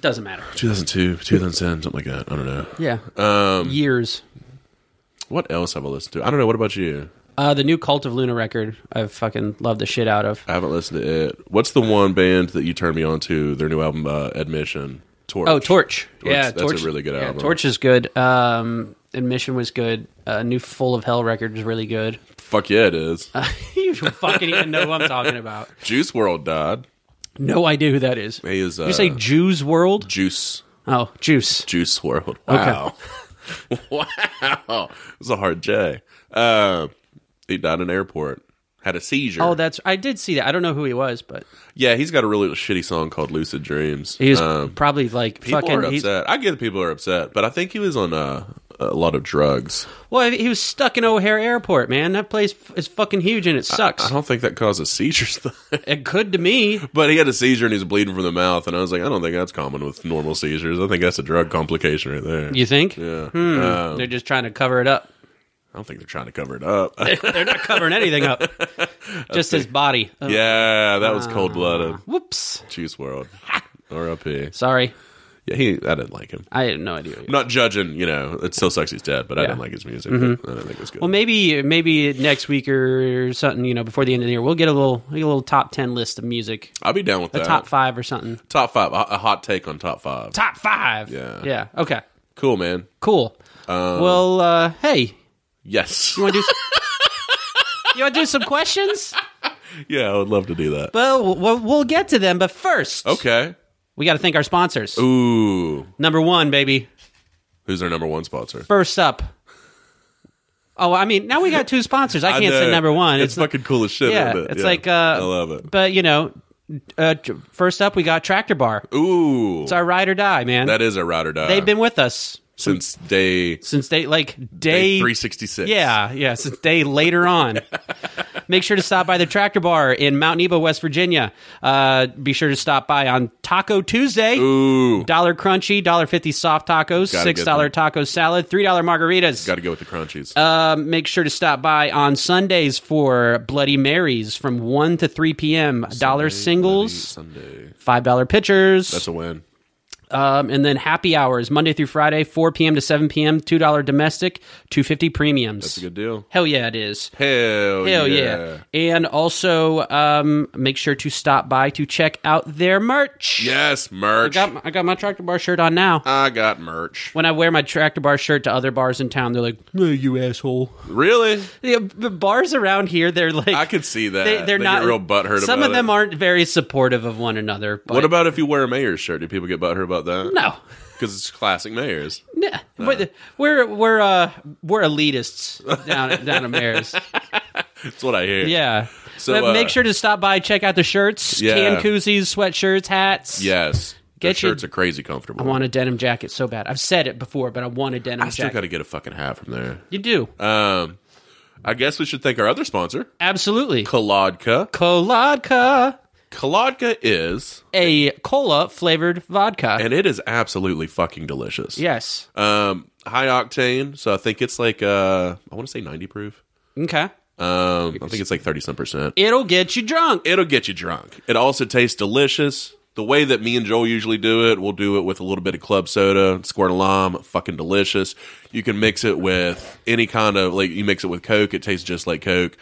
Speaker 1: Doesn't matter.
Speaker 2: 2002, 2010, something like that. I don't know.
Speaker 1: Yeah. Um, Years.
Speaker 2: What else have I listened to? I don't know. What about you?
Speaker 1: Uh, the new Cult of Luna record, I've fucking loved the shit out of.
Speaker 2: I haven't listened to it. What's the one band that you turned me on to? Their new album, uh, Admission. Torch.
Speaker 1: Oh, Torch. Yeah,
Speaker 2: that's a
Speaker 1: Torch.
Speaker 2: really good
Speaker 1: yeah,
Speaker 2: album.
Speaker 1: Torch is good. Um, Admission was good. Uh, new Full of Hell record is really good.
Speaker 2: Fuck yeah, it is.
Speaker 1: Uh. you don't fucking even know what I'm talking about.
Speaker 2: Juice World died.
Speaker 1: No idea who that is.
Speaker 2: He is. Uh,
Speaker 1: You say Jews World?
Speaker 2: Juice
Speaker 1: Oh, Juice.
Speaker 2: Juice World. Wow, wow, it was a hard J. Uh, he died in an airport. Had a seizure.
Speaker 1: Oh, that's. I did see that. I don't know who he was, but
Speaker 2: yeah, he's got a really shitty song called "Lucid Dreams." Uh,
Speaker 1: he was probably like
Speaker 2: Um, people
Speaker 1: fucking.
Speaker 2: are
Speaker 1: he's-
Speaker 2: upset. I get that people are upset, but I think he was on uh, a lot of drugs.
Speaker 1: well, he was stuck in O'Hare Airport, man. That place f- is fucking huge and it sucks.
Speaker 2: I don't think that causes seizures, though.
Speaker 1: it could to me.
Speaker 2: but he had a seizure and he's bleeding from the mouth, and I was like, I don't think that's common with normal seizures. I think that's a drug complication right there.
Speaker 1: You think? Hmm.
Speaker 2: Yeah. Um,
Speaker 1: They're just trying to cover it up.
Speaker 2: I don't think they're trying to cover it up.
Speaker 1: They're not covering anything up. Just his body. Oh,
Speaker 2: yeah, that was cold
Speaker 1: Ah.
Speaker 2: blooded.
Speaker 1: Whoops.
Speaker 2: Juice World. R.I.P.
Speaker 1: Sorry.
Speaker 2: Yeah, he. I didn't like him.
Speaker 1: I had no idea.
Speaker 2: I'm not judging. You know, it still sucks he's dead, but I didn't like his music. I don't think it was good.
Speaker 1: Mm-hmm. Well, maybe maybe next week or something, you know, before the end of the year, we'll get a little we'll get a little top ten list of music,
Speaker 2: I'll be down with that.
Speaker 1: top five or something.
Speaker 2: Top five. A, a hot take on top five.
Speaker 1: Top five.
Speaker 2: Yeah. Um,
Speaker 1: Yeah. Okay.
Speaker 2: Cool, man.
Speaker 1: Cool. well, uh, hey,
Speaker 2: Yes.
Speaker 1: you want to do? Some- You want to do some questions?
Speaker 2: yeah, I would love to do that.
Speaker 1: Well, we'll, we'll get to them, but first,
Speaker 2: okay.
Speaker 1: we got to thank our sponsors.
Speaker 2: Ooh,
Speaker 1: Number one, baby.
Speaker 2: who's our number one sponsor?
Speaker 1: First up. Oh, I mean, now we got two sponsors. I
Speaker 2: I
Speaker 1: can't
Speaker 2: know.
Speaker 1: say number one.
Speaker 2: It's,
Speaker 1: not-
Speaker 2: fucking cool as shit.
Speaker 1: yeah,
Speaker 2: isn't it?
Speaker 1: it's like, uh,
Speaker 2: I love it.
Speaker 1: but you know, uh, tr- first up, we got Tractor Bar.
Speaker 2: Ooh,
Speaker 1: It's our ride or die, man.
Speaker 2: that uh, is a ride or die.
Speaker 1: They've been with us
Speaker 2: since day
Speaker 1: since they like day
Speaker 2: three sixty six.
Speaker 1: Yeah, yeah, since day later on. Make sure to stop by the Tractor Bar in Mount Nebo, West Virginia. Uh, be sure to stop by on Taco Tuesday.
Speaker 2: Ooh,
Speaker 1: Dollar crunchy, dollar fifty soft
Speaker 2: Gotta
Speaker 1: tacos,
Speaker 2: get
Speaker 1: six dollar taco salad, three dollar margaritas.
Speaker 2: got to go with the crunchies.
Speaker 1: Um, make sure to stop by on Sundays for Bloody Marys from one to three p.m. dollar singles,
Speaker 2: Sunday.
Speaker 1: five dollar pitchers,
Speaker 2: That's a win.
Speaker 1: um, and then happy hours Monday through Friday, four p.m. to seven p.m. Two dollar domestic, two fifty premiums.
Speaker 2: It's a good deal.
Speaker 1: Hell yeah, it is.
Speaker 2: Hell,
Speaker 1: Hell
Speaker 2: yeah.
Speaker 1: yeah. And also, um, make sure to stop by to check out their merch.
Speaker 2: Yes,
Speaker 1: I
Speaker 2: merch.
Speaker 1: got, my, I got my Tractor Bar shirt on now.
Speaker 2: I got merch.
Speaker 1: When I wear my Tractor Bar shirt to other bars in town, they're like, "Oh, you asshole.
Speaker 2: Really?
Speaker 1: The, the bars around here, they're like,
Speaker 2: I could see that.
Speaker 1: they,
Speaker 2: They
Speaker 1: they're
Speaker 2: get
Speaker 1: not
Speaker 2: real butthurt.
Speaker 1: Some
Speaker 2: about
Speaker 1: of them
Speaker 2: it.
Speaker 1: aren't very supportive of one another. But
Speaker 2: What about if you wear a mayor's shirt? Do people get butthurt about that?
Speaker 1: no?
Speaker 2: because it's classic mayors.
Speaker 1: Nah. But we're we're uh we're elitists down down in Mares.
Speaker 2: That's what I hear.
Speaker 1: Yeah.
Speaker 2: So,
Speaker 1: but make
Speaker 2: uh,
Speaker 1: sure to stop by, check out the shirts,
Speaker 2: Yeah.
Speaker 1: can koozies, sweatshirts, hats.
Speaker 2: Yes.
Speaker 1: Get
Speaker 2: Get shirts
Speaker 1: your-
Speaker 2: are crazy comfortable.
Speaker 1: I want a denim jacket so bad. I've said it before, but I want a denim
Speaker 2: I still
Speaker 1: jacket.
Speaker 2: got to get a fucking hat from there.
Speaker 1: you do.
Speaker 2: Um, I guess we should thank our other sponsor,
Speaker 1: Absolutely.
Speaker 2: Kolodka.
Speaker 1: Kolodka,
Speaker 2: Kolodka is,
Speaker 1: a cola flavored vodka.
Speaker 2: and it is absolutely fucking delicious.
Speaker 1: yes.
Speaker 2: Um, high octane, so I think it's like uh, I want to say ninety proof.
Speaker 1: Okay.
Speaker 2: Um, I think it's like thirty some percent.
Speaker 1: It'll get you drunk.
Speaker 2: It'll get you drunk. It also tastes delicious. The way that me and Joel usually do it, we'll do it with a little bit of club soda, squirt a lime, fucking delicious. You can mix it with any kind of like you mix it with Coke, it tastes just like Coke,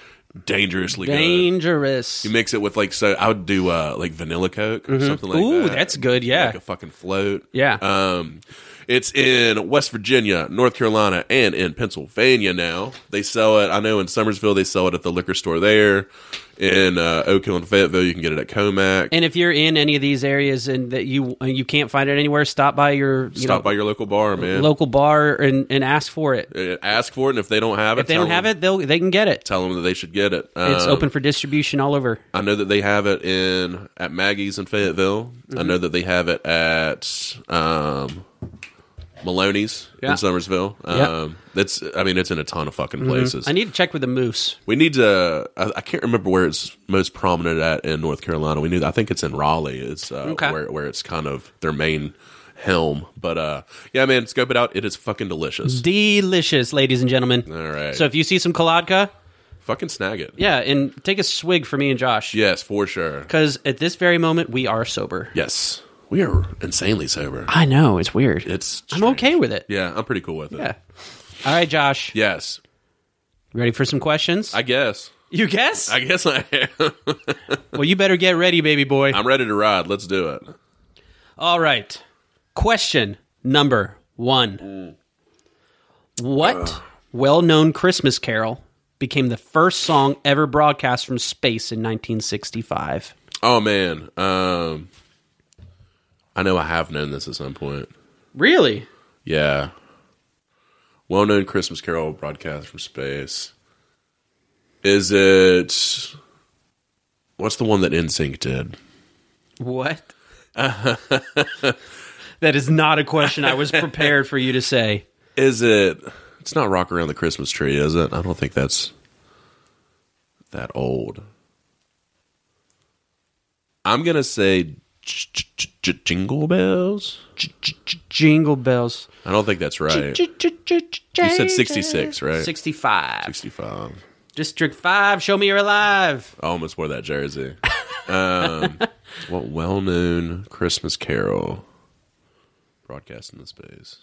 Speaker 2: dangerously good.
Speaker 1: Dangerous.
Speaker 2: You mix it with like so I would do uh like vanilla Coke or something like that.
Speaker 1: Mm-hmm. Ooh, that's good. Yeah.
Speaker 2: Like a fucking float.
Speaker 1: Yeah.
Speaker 2: Um it's in West Virginia, North Carolina, and in Pennsylvania now. They sell it. I know in Somersville they sell it at the liquor store there. In uh, Oak Hill and Fayetteville, you can get it at Comac.
Speaker 1: and if you're in any of these areas and that you and you can't find it anywhere, stop by your you
Speaker 2: Stop
Speaker 1: know,
Speaker 2: by your local bar, man.
Speaker 1: local bar and, and ask for it.
Speaker 2: Uh, Ask for it, and if they don't have it,
Speaker 1: If they don't have it, they'll they can get it.
Speaker 2: tell them that they should get it.
Speaker 1: It's
Speaker 2: Um,
Speaker 1: open for distribution all over.
Speaker 2: I know that they have it in at Maggie's in Fayetteville.
Speaker 1: Mm-hmm.
Speaker 2: I know that they have it at um, Maloney's
Speaker 1: Yeah.
Speaker 2: in Somersville.
Speaker 1: Yeah. Mm-hmm.
Speaker 2: Um, That's I mean, it's in a ton of fucking places.
Speaker 1: I need to check with the moose.
Speaker 2: we need to. I, I can't remember where it's most prominent at in North Carolina. We need. I think it's in Raleigh. It's uh,
Speaker 1: Okay.
Speaker 2: where where it's kind of their main helm. But uh, yeah, man, scope it out. It is fucking delicious.
Speaker 1: Delicious, ladies and gentlemen.
Speaker 2: All right,
Speaker 1: Mm-hmm. So if you see some kolodka,
Speaker 2: fucking snag it.
Speaker 1: yeah, and take a swig for me and Josh.
Speaker 2: Yes, for sure.
Speaker 1: Because at this very moment, we are sober.
Speaker 2: Yes, we are insanely sober.
Speaker 1: I know it's weird.
Speaker 2: It's
Speaker 1: I'm okay with it.
Speaker 2: Yeah, I'm pretty cool with it.
Speaker 1: Yeah. All right, Josh.
Speaker 2: Yes,
Speaker 1: Ready for some questions?
Speaker 2: I guess.
Speaker 1: you guess?
Speaker 2: I guess I am.
Speaker 1: well, you better get ready, baby boy.
Speaker 2: I'm ready to ride. Let's do it.
Speaker 1: All right. Question number one. What well-known Christmas carol became the first song ever broadcast from space in 1965?
Speaker 2: Oh man, um, I know I have known this at some point.
Speaker 1: Really?
Speaker 2: Yeah, well-known Christmas Carol broadcast from space. Is it? What's the one that NSYNC did?
Speaker 1: What? that is not a question I was prepared for you to say.
Speaker 2: Is it? It's not "Rock Around the Christmas Tree," is it? I don't think that's that old. I'm gonna say Jingle bells.
Speaker 1: Jingle bells.
Speaker 2: I don't think that's right. You said 66, right?
Speaker 1: 65.
Speaker 2: 65.
Speaker 1: District 5, show me you're alive.
Speaker 2: I almost wore that jersey. Um, what well known Christmas carol broadcast in the space?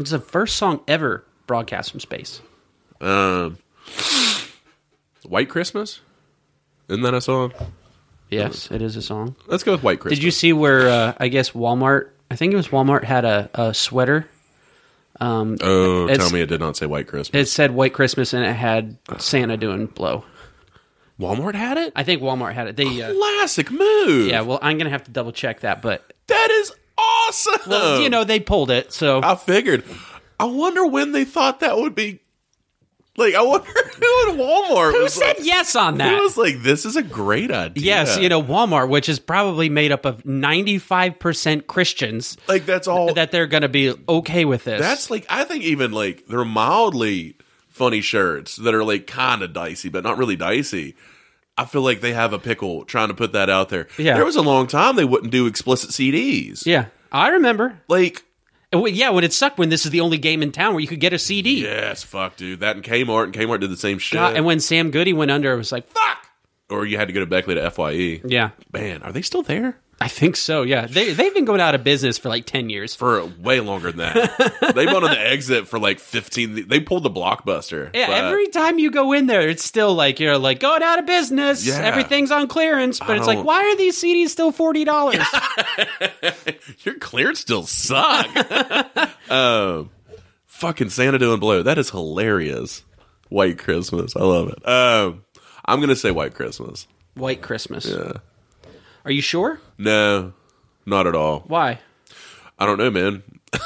Speaker 1: It's the first song ever broadcast from space.
Speaker 2: Um, White Christmas? Isn't that a song?
Speaker 1: Yes, it is a song.
Speaker 2: Let's go with White Christmas.
Speaker 1: Did you see where uh, I guess Walmart? I think it was Walmart had a, a sweater. Um,
Speaker 2: oh, tell
Speaker 1: it's-
Speaker 2: me it did not say White Christmas.
Speaker 1: it said White Christmas and it had Santa doing blow.
Speaker 2: Walmart had it?
Speaker 1: I think Walmart had it. They uh,
Speaker 2: Classic move.
Speaker 1: yeah. Well, I'm gonna have to double check that, but
Speaker 2: That is awesome.
Speaker 1: well, you know they pulled it. So
Speaker 2: I figured. I wonder when they thought that would be. Like, I wonder who at Walmart
Speaker 1: who
Speaker 2: was
Speaker 1: said
Speaker 2: like,
Speaker 1: yes on
Speaker 2: Who
Speaker 1: that?
Speaker 2: was like, this is a great idea.
Speaker 1: yes, you know Walmart, which is probably made up of 95 percent Christians,
Speaker 2: like that's all.
Speaker 1: that they're gonna be okay with this.
Speaker 2: that's like I think even like they're mildly funny shirts that are like kind of dicey, but not really dicey. I feel like they have a pickle trying to put that out there.
Speaker 1: Yeah.
Speaker 2: there was a long time they wouldn't do explicit CDs.
Speaker 1: yeah. I remember.
Speaker 2: like
Speaker 1: Uh, well, Yeah, when it sucked when this is the only game in town where you could get a CD.
Speaker 2: yes, fuck, dude. That and Kmart and Kmart did the same shit.
Speaker 1: God, and when Sam Goody went under, it was like, fuck.
Speaker 2: or you had to go to Beckley to Fye.
Speaker 1: Yeah,
Speaker 2: Man, are they still there?
Speaker 1: I think so. Yeah, they they've been going out of business for like ten years.
Speaker 2: For way longer than that, they've been on the exit for like fifteen. They pulled the blockbuster.
Speaker 1: yeah,
Speaker 2: but-
Speaker 1: every time you go in there, it's still like you're like going out of business.
Speaker 2: Yeah. Oh.
Speaker 1: Everything's on clearance, but
Speaker 2: I
Speaker 1: it's like,
Speaker 2: don't-
Speaker 1: why are these CDs still forty dollars?
Speaker 2: Your clearance still suck. um, fucking Santa doing blow. That is hilarious. White Christmas. I love it. Um, I'm gonna say White Christmas.
Speaker 1: White Christmas. Are you sure?
Speaker 2: No, not at all.
Speaker 1: Why?
Speaker 2: I don't know, man.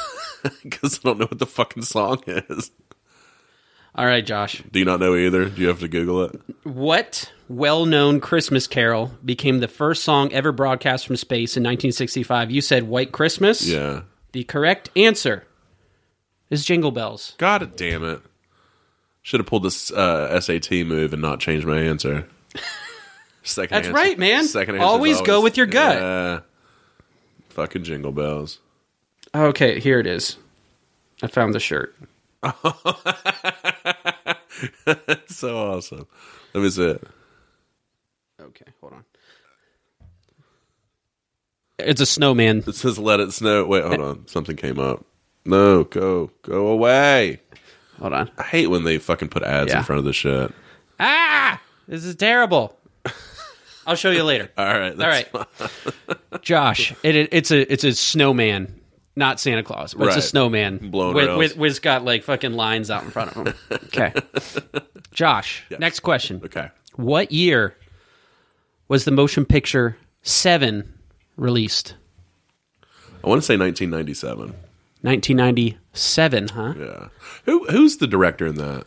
Speaker 2: Because I don't know what the fucking song is.
Speaker 1: All right, Josh.
Speaker 2: Do you not know either? Do you have to Google it?
Speaker 1: What well-known Christmas carol became the first song ever broadcast from space in 1965? You said White Christmas.
Speaker 2: Yeah.
Speaker 1: The correct answer is Jingle Bells.
Speaker 2: God damn it. Should have pulled this uh, SAT move and not changed my answer. Second
Speaker 1: That's
Speaker 2: answer-
Speaker 1: right, man.
Speaker 2: Second answer is
Speaker 1: Always go with your gut.
Speaker 2: Yeah. Fucking jingle bells.
Speaker 1: Okay, here it is. I found the shirt.
Speaker 2: so awesome. Let me see it.
Speaker 1: Okay, hold on. It's a snowman.
Speaker 2: It says let it snow. Wait, hold on. Something came up. No, go. Go away.
Speaker 1: Hold on.
Speaker 2: I hate when they fucking put ads
Speaker 1: Yeah.
Speaker 2: in front of the shit.
Speaker 1: Ah! This is terrible. I'll show you later.
Speaker 2: All right.
Speaker 1: All
Speaker 2: That's
Speaker 1: right. Josh, it, it- it's a it's a snowman, not Santa Claus, but
Speaker 2: Right.
Speaker 1: it's a snowman.
Speaker 2: Blown
Speaker 1: with,
Speaker 2: rails.
Speaker 1: with, with got like fucking lines out in front of him. Okay. Josh, next question.
Speaker 2: Okay.
Speaker 1: What year was the motion picture 7 released?
Speaker 2: I want to say 1997.
Speaker 1: 1997, huh?
Speaker 2: Yeah. Who Who's the director in that?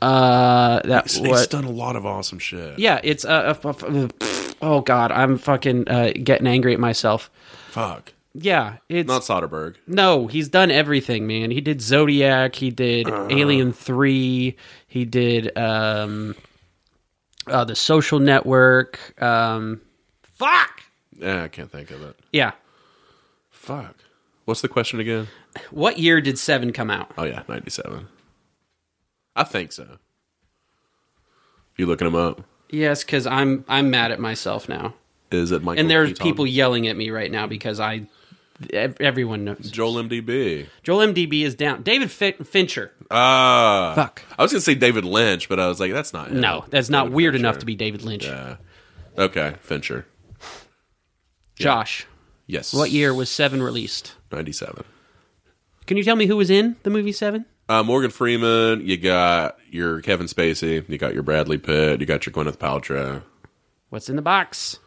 Speaker 1: Uh, that
Speaker 2: He's
Speaker 1: what?
Speaker 2: done a lot of awesome shit.
Speaker 1: Yeah, it's uh, uh, f- f- oh god, I'm fucking uh, getting angry at myself.
Speaker 2: Fuck.
Speaker 1: Yeah, it's
Speaker 2: Not Soderbergh.
Speaker 1: no, he's done everything, man. He did Zodiac, he did Alien Three, he did um, uh, the Social Network. Um, fuck
Speaker 2: Yeah, Eh, I can't think of it.
Speaker 1: yeah.
Speaker 2: Fuck. What's the question again?
Speaker 1: What year did Seven come out?
Speaker 2: Oh yeah, 97. I think so. You looking him up?
Speaker 1: Yes, because I'm I'm mad at myself now,
Speaker 2: Is it Michael?
Speaker 1: and there's
Speaker 2: Keaton?
Speaker 1: people yelling at me right now because I ev- everyone knows
Speaker 2: Joel MDB.
Speaker 1: Joel MDB is down. David fin- Fincher.
Speaker 2: Ah,
Speaker 1: Fuck.
Speaker 2: I was gonna say David Lynch, but I was like, that's not. him.
Speaker 1: No, that's not
Speaker 2: David
Speaker 1: weird
Speaker 2: Fincher.
Speaker 1: enough to be David Lynch.
Speaker 2: Okay, Fincher.
Speaker 1: Josh,
Speaker 2: Yes.
Speaker 1: what year was Seven released?
Speaker 2: Ninety-seven.
Speaker 1: Can you tell me who was in the movie Seven?
Speaker 2: Uh, Morgan Freeman. You got your Kevin Spacey. You got your Bradley Pitt. You got your Gwyneth Paltrow.
Speaker 1: What's in the box?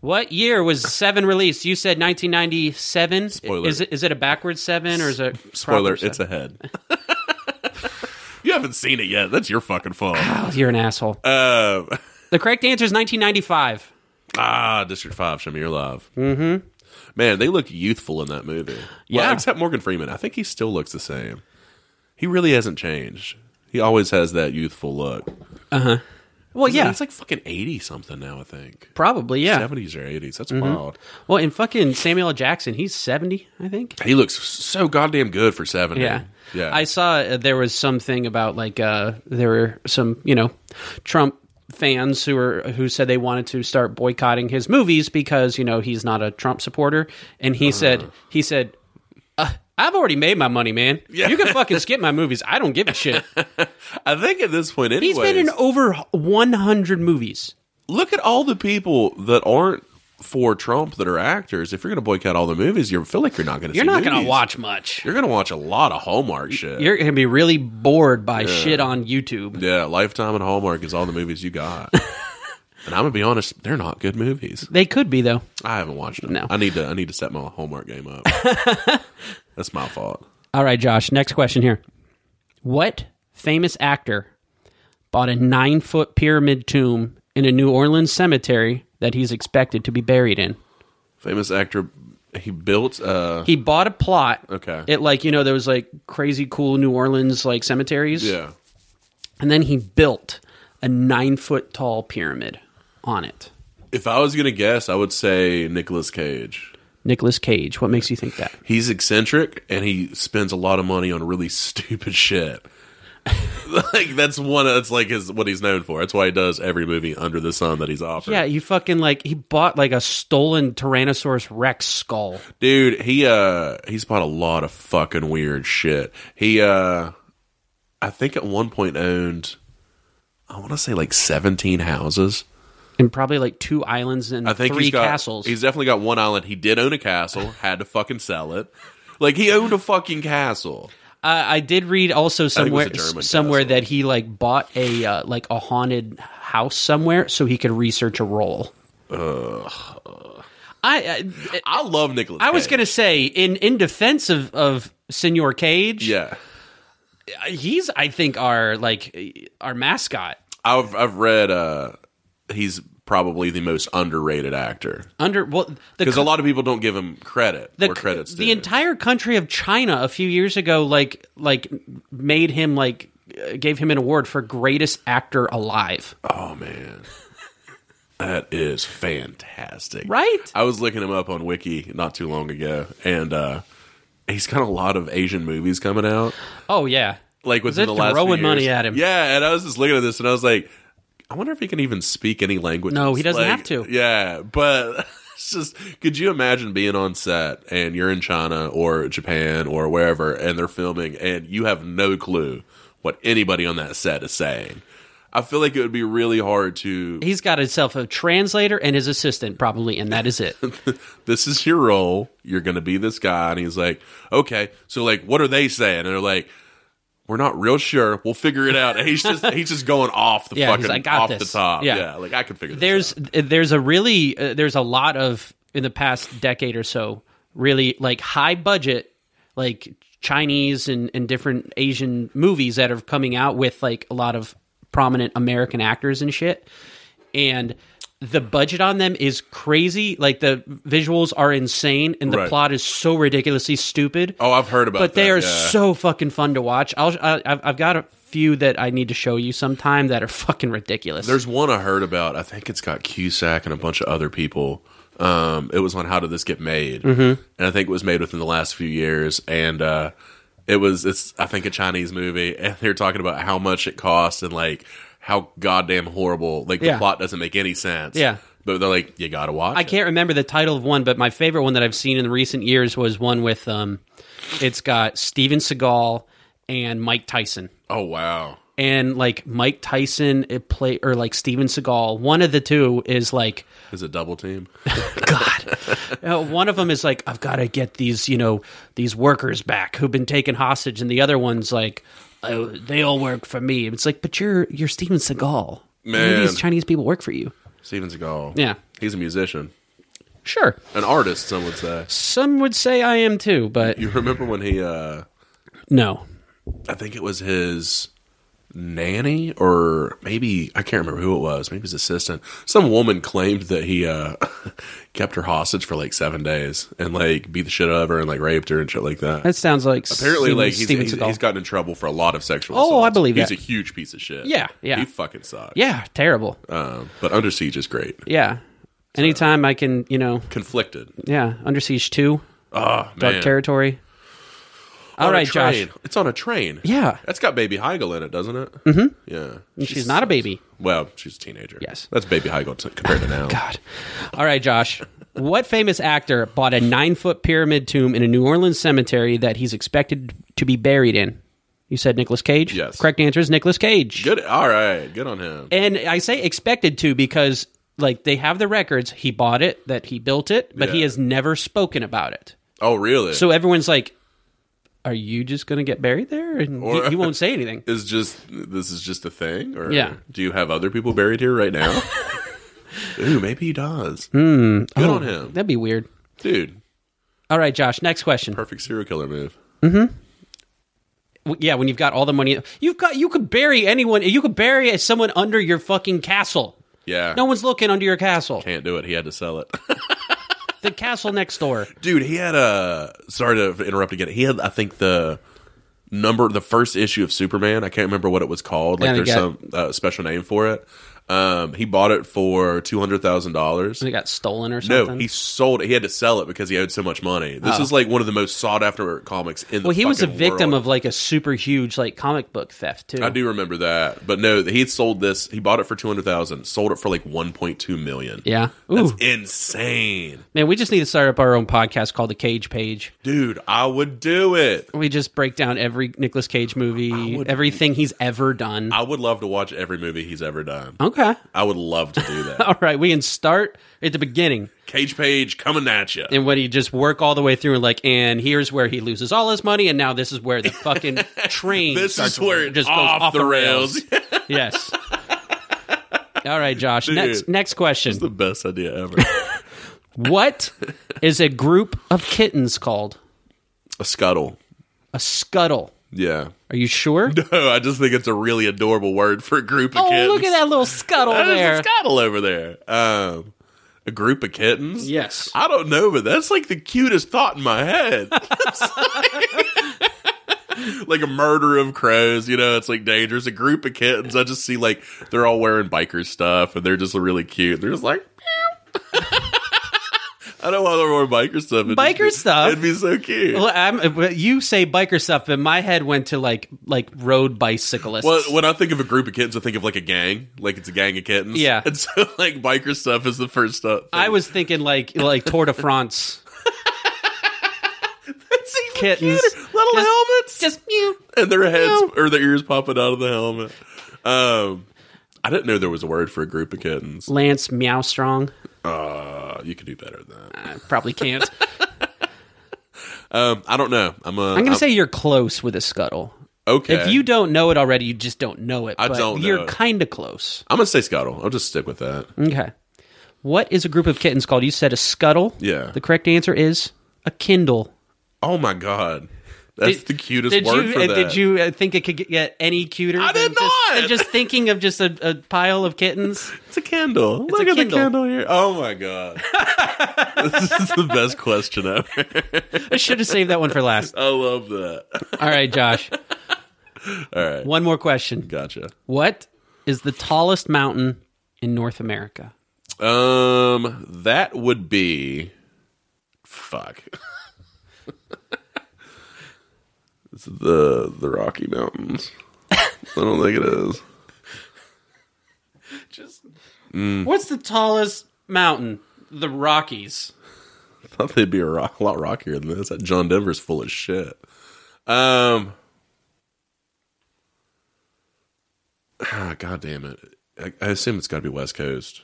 Speaker 1: What year was Seven released? You said 1997.
Speaker 2: Spoiler.
Speaker 1: Is it is it a backwards seven or is it
Speaker 2: Spoiler:
Speaker 1: proper seven?
Speaker 2: It's ahead. you haven't seen it yet. That's your fucking fault.
Speaker 1: Oh, you're an asshole.
Speaker 2: Uh,
Speaker 1: the correct answer is 1995.
Speaker 2: Ah, District Five, Show Me Your Love. Mm-hmm. Man, they look youthful in that movie.
Speaker 1: Yeah.
Speaker 2: well, except Morgan Freeman. I think he still looks the same. He really hasn't changed. He always has that youthful look. Uh huh.
Speaker 1: Well, yeah,
Speaker 2: it's like fucking eighty something now. I think
Speaker 1: probably yeah. Mm-hmm.
Speaker 2: seventies or eighties. That's wild.
Speaker 1: Well, in fucking Samuel L. Jackson, he's seventy, I think.
Speaker 2: He looks so goddamn good for seventy.
Speaker 1: Yeah,
Speaker 2: yeah.
Speaker 1: I saw uh, there was something about like uh, there were some you know Trump fans who were who said they wanted to start boycotting his movies because you know he's not a Trump supporter, and he
Speaker 2: Uh-huh.
Speaker 1: said he said. Uh, I've already made my money, man. You can fucking skip my movies. I don't give a shit.
Speaker 2: I think at this point, anyways,
Speaker 1: He's been in over 100 movies.
Speaker 2: look at all the people that aren't for Trump that are actors. If you're going to boycott all the movies, you feel like you're not going to.
Speaker 1: You're
Speaker 2: see
Speaker 1: not going to
Speaker 2: movies.
Speaker 1: watch much.
Speaker 2: You're going to watch a lot of Hallmark shit.
Speaker 1: You're going to be really bored by shit on YouTube.
Speaker 2: yeah, Lifetime and Hallmark is all the movies you got. and I'm gonna be honest, they're not good movies.
Speaker 1: They could be though.
Speaker 2: I haven't watched them.
Speaker 1: No.
Speaker 2: I need to. I need to set my Hallmark game up. That's my fault.
Speaker 1: All right, Josh. Next question here. What famous actor bought a nine foot pyramid tomb in a New Orleans cemetery that he's expected to be buried in?
Speaker 2: Famous actor. He built. Uh,
Speaker 1: He bought a plot.
Speaker 2: Okay.
Speaker 1: It like you know there was like crazy cool New Orleans like cemeteries.
Speaker 2: yeah.
Speaker 1: And then he built a nine foot tall pyramid on it.
Speaker 2: If I was gonna guess, I would say Nicolas Cage.
Speaker 1: Nicolas Cage. What makes you think that?
Speaker 2: he's eccentric and he spends a lot of money on really stupid shit. like that's one that's like his what he's known for. That's why he does every movie under the sun that he's offered.
Speaker 1: Yeah, he fucking like he bought like a stolen Tyrannosaurus Rex skull.
Speaker 2: Dude, he uh he's bought a lot of fucking weird shit. He uh I think at one point owned I want to say like 17 houses.
Speaker 1: and probably like two islands and
Speaker 2: I think
Speaker 1: 3
Speaker 2: he's got
Speaker 1: castles.
Speaker 2: he's definitely got one island. He did own a castle, had to fucking sell it. Like he owned a fucking castle.
Speaker 1: I, I did read also
Speaker 2: it was a
Speaker 1: somewhere
Speaker 2: German
Speaker 1: somewhere
Speaker 2: castle.
Speaker 1: that he like bought a uh, like a haunted house somewhere so he could research a role. I, I
Speaker 2: I love Nicholas.
Speaker 1: I was gonna say in in defense of of Senor Cage,
Speaker 2: Yeah.
Speaker 1: he's I think our like our mascot,
Speaker 2: I've I've read uh he's probably the most underrated actor
Speaker 1: under well the
Speaker 2: because a lot of people don't give him credit
Speaker 1: the,
Speaker 2: where credits
Speaker 1: the
Speaker 2: due.
Speaker 1: entire country of China a few years ago like like made him like uh, gave him an award for greatest actor alive.
Speaker 2: oh man, that is fantastic,
Speaker 1: Right?
Speaker 2: I was looking him up on Wiki not too long ago, and uh he's got a lot of Asian movies coming out.
Speaker 1: Oh yeah.
Speaker 2: Like within
Speaker 1: it
Speaker 2: the last
Speaker 1: throwing
Speaker 2: few
Speaker 1: money
Speaker 2: years.
Speaker 1: at him?
Speaker 2: Yeah, and I was just looking at this and I was like, I wonder if he can even speak any language.
Speaker 1: No, he doesn't
Speaker 2: Like,
Speaker 1: have to.
Speaker 2: Yeah, but it's just could you imagine being on set and you're in China or Japan or wherever and they're filming and you have no clue what anybody on that set is saying? I feel like it would be really hard to.
Speaker 1: He's got himself a translator and his assistant probably, and that is it.
Speaker 2: This is your role. You're going to be this guy, and he's like, okay. So like, what are they saying? And they're like. We're not real sure. We'll figure it out. And he's just he's just going off the
Speaker 1: Yeah, he's
Speaker 2: fucking
Speaker 1: like, "Got
Speaker 2: off
Speaker 1: this."
Speaker 2: the top.
Speaker 1: Yeah.
Speaker 2: Yeah. like I can figure. This
Speaker 1: There's there's a really uh, there's a lot of in the past decade or so really like high budget like Chinese and and different Asian movies that are coming out with like a lot of prominent American actors and shit, and the budget on them is crazy. Like the visuals are insane, and the
Speaker 2: Right.
Speaker 1: plot is so ridiculously stupid.
Speaker 2: Oh, I've heard about.
Speaker 1: but they
Speaker 2: that,
Speaker 1: are
Speaker 2: yeah.
Speaker 1: so fucking fun to watch. I'll, I, I've, I've got a few that I need to show you sometime that are fucking ridiculous.
Speaker 2: There's one I heard about. I think it's got Cusack and a bunch of other people. Um, it was on how did this get made, mm-hmm. and I think it was made within the last few years. And uh, it was it's I think a Chinese movie, and they're talking about how much it cost and like how goddamn horrible. Like the
Speaker 1: Yeah.
Speaker 2: plot doesn't make any sense.
Speaker 1: Yeah.
Speaker 2: but they're like, you gotta watch.
Speaker 1: I can't remember the title of one, but my favorite one that I've seen in the recent years was one with um, it's got Steven Seagal and Mike Tyson.
Speaker 2: Oh wow.
Speaker 1: And like Mike Tyson, it play or like Steven Seagal. One of the two is like
Speaker 2: Is it double team?
Speaker 1: God. Uh, one of them is like, I've got to get these, you know, these workers back who've been taken hostage, and the other one's like, oh, they all work for me. It's like, but you're you're Steven Seagal. None of
Speaker 2: Man.
Speaker 1: these Chinese people work for you.
Speaker 2: Steven Seagal.
Speaker 1: Yeah.
Speaker 2: he's a musician,
Speaker 1: Sure,
Speaker 2: an artist. Some would say.
Speaker 1: some would say I am too, but
Speaker 2: You remember when he? uh
Speaker 1: no.
Speaker 2: I think it was his nanny or maybe I can't remember who it was, maybe his assistant. Some woman claimed that he uh kept her hostage for like seven days and like beat the shit out of her and like raped her and shit like that.
Speaker 1: That sounds like
Speaker 2: Apparently,
Speaker 1: Steven-
Speaker 2: like he's,
Speaker 1: Steven
Speaker 2: he's,
Speaker 1: Seagal.
Speaker 2: he's gotten in trouble for a lot of sexual.
Speaker 1: Oh,
Speaker 2: assaults.
Speaker 1: I believe
Speaker 2: he's
Speaker 1: that.
Speaker 2: a huge piece of shit.
Speaker 1: Yeah, yeah.
Speaker 2: he fucking sucks.
Speaker 1: yeah, terrible.
Speaker 2: um, but Under Siege is great.
Speaker 1: Yeah. Anytime I can, you know,
Speaker 2: Conflicted.
Speaker 1: yeah, Under Siege 2,
Speaker 2: Ah,
Speaker 1: Dark
Speaker 2: man.
Speaker 1: Territory. All
Speaker 2: On a
Speaker 1: right, Josh.
Speaker 2: train. It's on a train.
Speaker 1: Yeah.
Speaker 2: That's got Baby Heigl in it, doesn't it? Mm-hmm. Yeah.
Speaker 1: She's, not a baby.
Speaker 2: Well, she's a teenager.
Speaker 1: Yes.
Speaker 2: That's Baby Heigl t- compared to now.
Speaker 1: God. All right, Josh. What famous actor bought a nine foot pyramid tomb in a New Orleans cemetery that he's expected to be buried in? You said Nicolas Cage?
Speaker 2: Yes.
Speaker 1: Correct answer is Nicolas Cage.
Speaker 2: Good. All right. Good on him.
Speaker 1: And I say expected to because, like, they have the records. He bought it, that he built it, but he
Speaker 2: Yeah.
Speaker 1: has never spoken about it.
Speaker 2: Oh, really?
Speaker 1: So everyone's like, are you just going to get buried there? And he-
Speaker 2: Or-
Speaker 1: he won't say anything.
Speaker 2: is just this is just a thing, or
Speaker 1: Yeah.
Speaker 2: do you have other people buried here right now? Ooh, maybe he does.
Speaker 1: Hmm. Oh.
Speaker 2: Good on him,
Speaker 1: That'd be weird.
Speaker 2: dude.
Speaker 1: All right, Josh, next question.
Speaker 2: Perfect serial killer move.
Speaker 1: W- Yeah, when you've got all the money, you've got you could bury anyone. You could bury someone under your fucking castle.
Speaker 2: Yeah,
Speaker 1: No one's looking under your castle.
Speaker 2: can't do it. He had to sell it,
Speaker 1: The castle next door.
Speaker 2: dude. He had a. Sorry to interrupt again. He had, I think the number, the first issue of Superman. I can't remember what it was called. Like
Speaker 1: Yeah, I
Speaker 2: there's
Speaker 1: got-
Speaker 2: some uh, special name for it. Um, he bought it for two hundred thousand dollars.
Speaker 1: It got stolen or something. Oh.
Speaker 2: No, he sold it. He had to sell it because he owed so much money. This is like one of the most sought after comics in the
Speaker 1: well, he was a
Speaker 2: fucking
Speaker 1: victim
Speaker 2: world.
Speaker 1: of like a super huge like comic book theft too.
Speaker 2: I do remember that, but no, he had sold this. He bought it for two hundred thousand, sold it for like one point two million.
Speaker 1: Yeah.
Speaker 2: that's
Speaker 1: Ooh.
Speaker 2: insane,
Speaker 1: Man, we just need to start up our own podcast called The Cage Page.
Speaker 2: dude. I would do it.
Speaker 1: We just break down every Nicolas Cage movie, everything he's ever done.
Speaker 2: I would love to watch every movie he's ever done.
Speaker 1: okay.
Speaker 2: I would love to do that.
Speaker 1: All right, we can start at the beginning.
Speaker 2: Cage Page coming at you.
Speaker 1: and what he just work all the way through and like and here's where he loses all his money and now this is where the fucking train
Speaker 2: This
Speaker 1: starts
Speaker 2: is where
Speaker 1: to-
Speaker 2: it off the rails.
Speaker 1: yes all right josh next next question
Speaker 2: the best idea ever.
Speaker 1: what is a group of kittens called
Speaker 2: a scuttle.
Speaker 1: a scuttle
Speaker 2: Yeah.
Speaker 1: are you sure
Speaker 2: No, I just think it's a really adorable word for a group of
Speaker 1: oh
Speaker 2: kids.
Speaker 1: look at that little scuttle
Speaker 2: There's
Speaker 1: there
Speaker 2: a scuttle over there. Um, a group of kittens.
Speaker 1: yes
Speaker 2: I don't know, but that's like the cutest thought in my head. like a murder of crows, you know, it's like dangerous. A group of kittens. I just see like they're all wearing biker stuff and they're just really cute. They're just like meow. I don't want to wear biker stuff. It'd
Speaker 1: Biker
Speaker 2: just be-
Speaker 1: stuff?
Speaker 2: It'd be so cute.
Speaker 1: well, I'm, well, you say biker stuff, but my head went to like like road bicyclists.
Speaker 2: Well, when I think of a group of kittens, I think of like a gang, like it's a gang of kittens.
Speaker 1: Yeah.
Speaker 2: and so like biker stuff is the first stuff.
Speaker 1: I was thinking like like Tour de France
Speaker 2: That's even
Speaker 1: kittens.
Speaker 2: cuter. little
Speaker 1: Just-
Speaker 2: helmets,
Speaker 1: just mew.
Speaker 2: and their heads or their ears popping out of the helmet. Um, I didn't know there was a word for a group of kittens.
Speaker 1: Lance Meowstrong.
Speaker 2: Uh, you could do better than that.
Speaker 1: I probably can't.
Speaker 2: Um, I don't know. I'm a.
Speaker 1: I'm going to say you're close with a scuttle.
Speaker 2: okay.
Speaker 1: If you don't know it already, you just don't know it.
Speaker 2: I
Speaker 1: but
Speaker 2: don't know
Speaker 1: You're
Speaker 2: it.
Speaker 1: kind of close.
Speaker 2: I'm gonna say scuttle. I'll just stick with that.
Speaker 1: Okay. What is a group of kittens called? You said a scuttle.
Speaker 2: Yeah.
Speaker 1: The correct answer is a kindle.
Speaker 2: Oh my god, that's the cutest
Speaker 1: did
Speaker 2: word
Speaker 1: you,
Speaker 2: for
Speaker 1: uh,
Speaker 2: that.
Speaker 1: Did you uh, think it could get- get any cuter?
Speaker 2: I
Speaker 1: than
Speaker 2: did
Speaker 1: just,
Speaker 2: not!
Speaker 1: than just thinking of just a, a pile of kittens.
Speaker 2: It's a candle. Look
Speaker 1: a
Speaker 2: at
Speaker 1: Kindle.
Speaker 2: the candle here. Oh my god, this is the best question ever.
Speaker 1: I should have saved that one for last.
Speaker 2: I love that.
Speaker 1: All right, Josh.
Speaker 2: All right,
Speaker 1: One more question.
Speaker 2: gotcha.
Speaker 1: What is the tallest mountain in North America?
Speaker 2: Um, that would be fuck. it's the the Rocky Mountains. I don't think it is.
Speaker 1: Just what's the tallest mountain? The Rockies.
Speaker 2: I thought they'd be a, ro- a lot rockier than this. That John Denver's full of shit. Um, ah, god damn it! I, I assume it's got to be West Coast.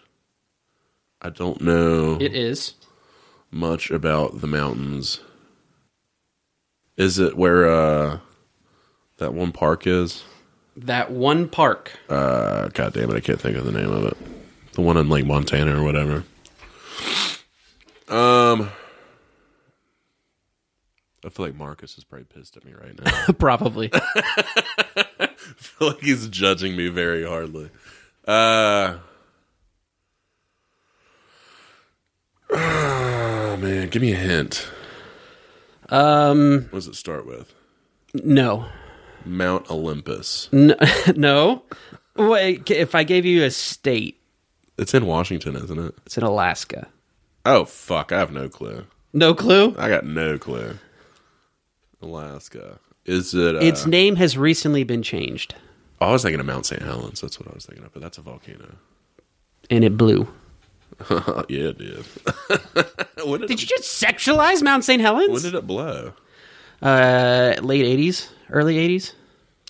Speaker 2: I don't know.
Speaker 1: It is.
Speaker 2: much about the mountains. Is it where uh that one park is?
Speaker 1: That one park.
Speaker 2: Uh god damn it, I can't think of the name of it. The one in like Montana or whatever. Um I feel like Marcus is probably pissed at me right now.
Speaker 1: Probably.
Speaker 2: feel like he's judging me very hardly. Uh, oh, man, give me a hint.
Speaker 1: Um,
Speaker 2: What does it start with?
Speaker 1: no,
Speaker 2: Mount Olympus.
Speaker 1: no, no. Wait, c- if I gave you a state,
Speaker 2: It's in Washington, isn't it?
Speaker 1: it's in Alaska.
Speaker 2: Oh fuck, I have no clue.
Speaker 1: No clue.
Speaker 2: I got no clue. Alaska. Is it? Uh,
Speaker 1: Its name has recently been changed,
Speaker 2: I was thinking of Mount St. Helens. That's what I was thinking of, but that's a volcano.
Speaker 1: and it blew.
Speaker 2: Uh, yeah, it did. when did,
Speaker 1: Did
Speaker 2: it,
Speaker 1: you just sexualize Mount St.
Speaker 2: when
Speaker 1: Helens?
Speaker 2: did it blow?
Speaker 1: Uh, late '80s, early '80s.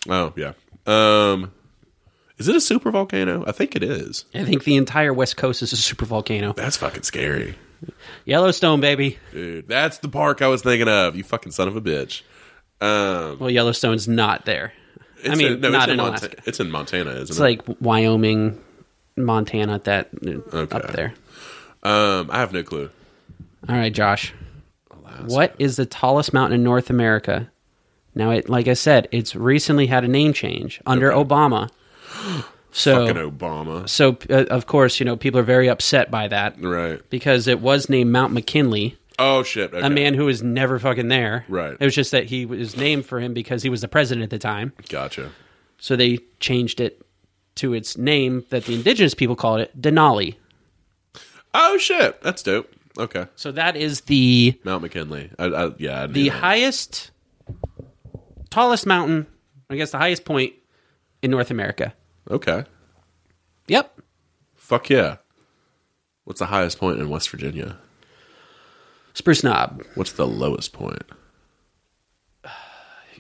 Speaker 2: Oh yeah. Um, is it a super volcano? I think it is.
Speaker 1: I think the entire West Coast is a super volcano.
Speaker 2: That's fucking scary,
Speaker 1: Yellowstone, baby.
Speaker 2: dude. That's the park I was thinking of. You fucking son of a bitch. Um,
Speaker 1: Well, Yellowstone's not there. I
Speaker 2: it's
Speaker 1: mean,
Speaker 2: in- no,
Speaker 1: not
Speaker 2: it's
Speaker 1: in,
Speaker 2: in Monta-
Speaker 1: Alaska.
Speaker 2: It's in Montana, isn't
Speaker 1: It's
Speaker 2: it?
Speaker 1: like Wyoming, Montana, that uh,
Speaker 2: Okay.
Speaker 1: up there.
Speaker 2: um, I have no clue.
Speaker 1: All right, Josh. What is the tallest mountain in North America? Now, it like I said, it's recently had a name change under Obama. So,
Speaker 2: Fucking Obama.
Speaker 1: so uh, of course, you know people are very upset by that
Speaker 2: Right.
Speaker 1: because it was named Mount McKinley,
Speaker 2: Oh shit. Okay.
Speaker 1: a man who was never fucking there.
Speaker 2: Right.
Speaker 1: It was just that he was named for him because he was the president at the time.
Speaker 2: Gotcha.
Speaker 1: So they changed it to its name that the indigenous people called it Denali.
Speaker 2: Oh shit. That's dope. Okay.
Speaker 1: So that is the
Speaker 2: Mount McKinley. I, I, yeah. I knew
Speaker 1: the
Speaker 2: that.
Speaker 1: highest, tallest mountain, I guess the highest point in North America.
Speaker 2: okay.
Speaker 1: Yep.
Speaker 2: Fuck yeah. What's the highest point in West Virginia?
Speaker 1: Spruce Knob,
Speaker 2: What's the lowest point?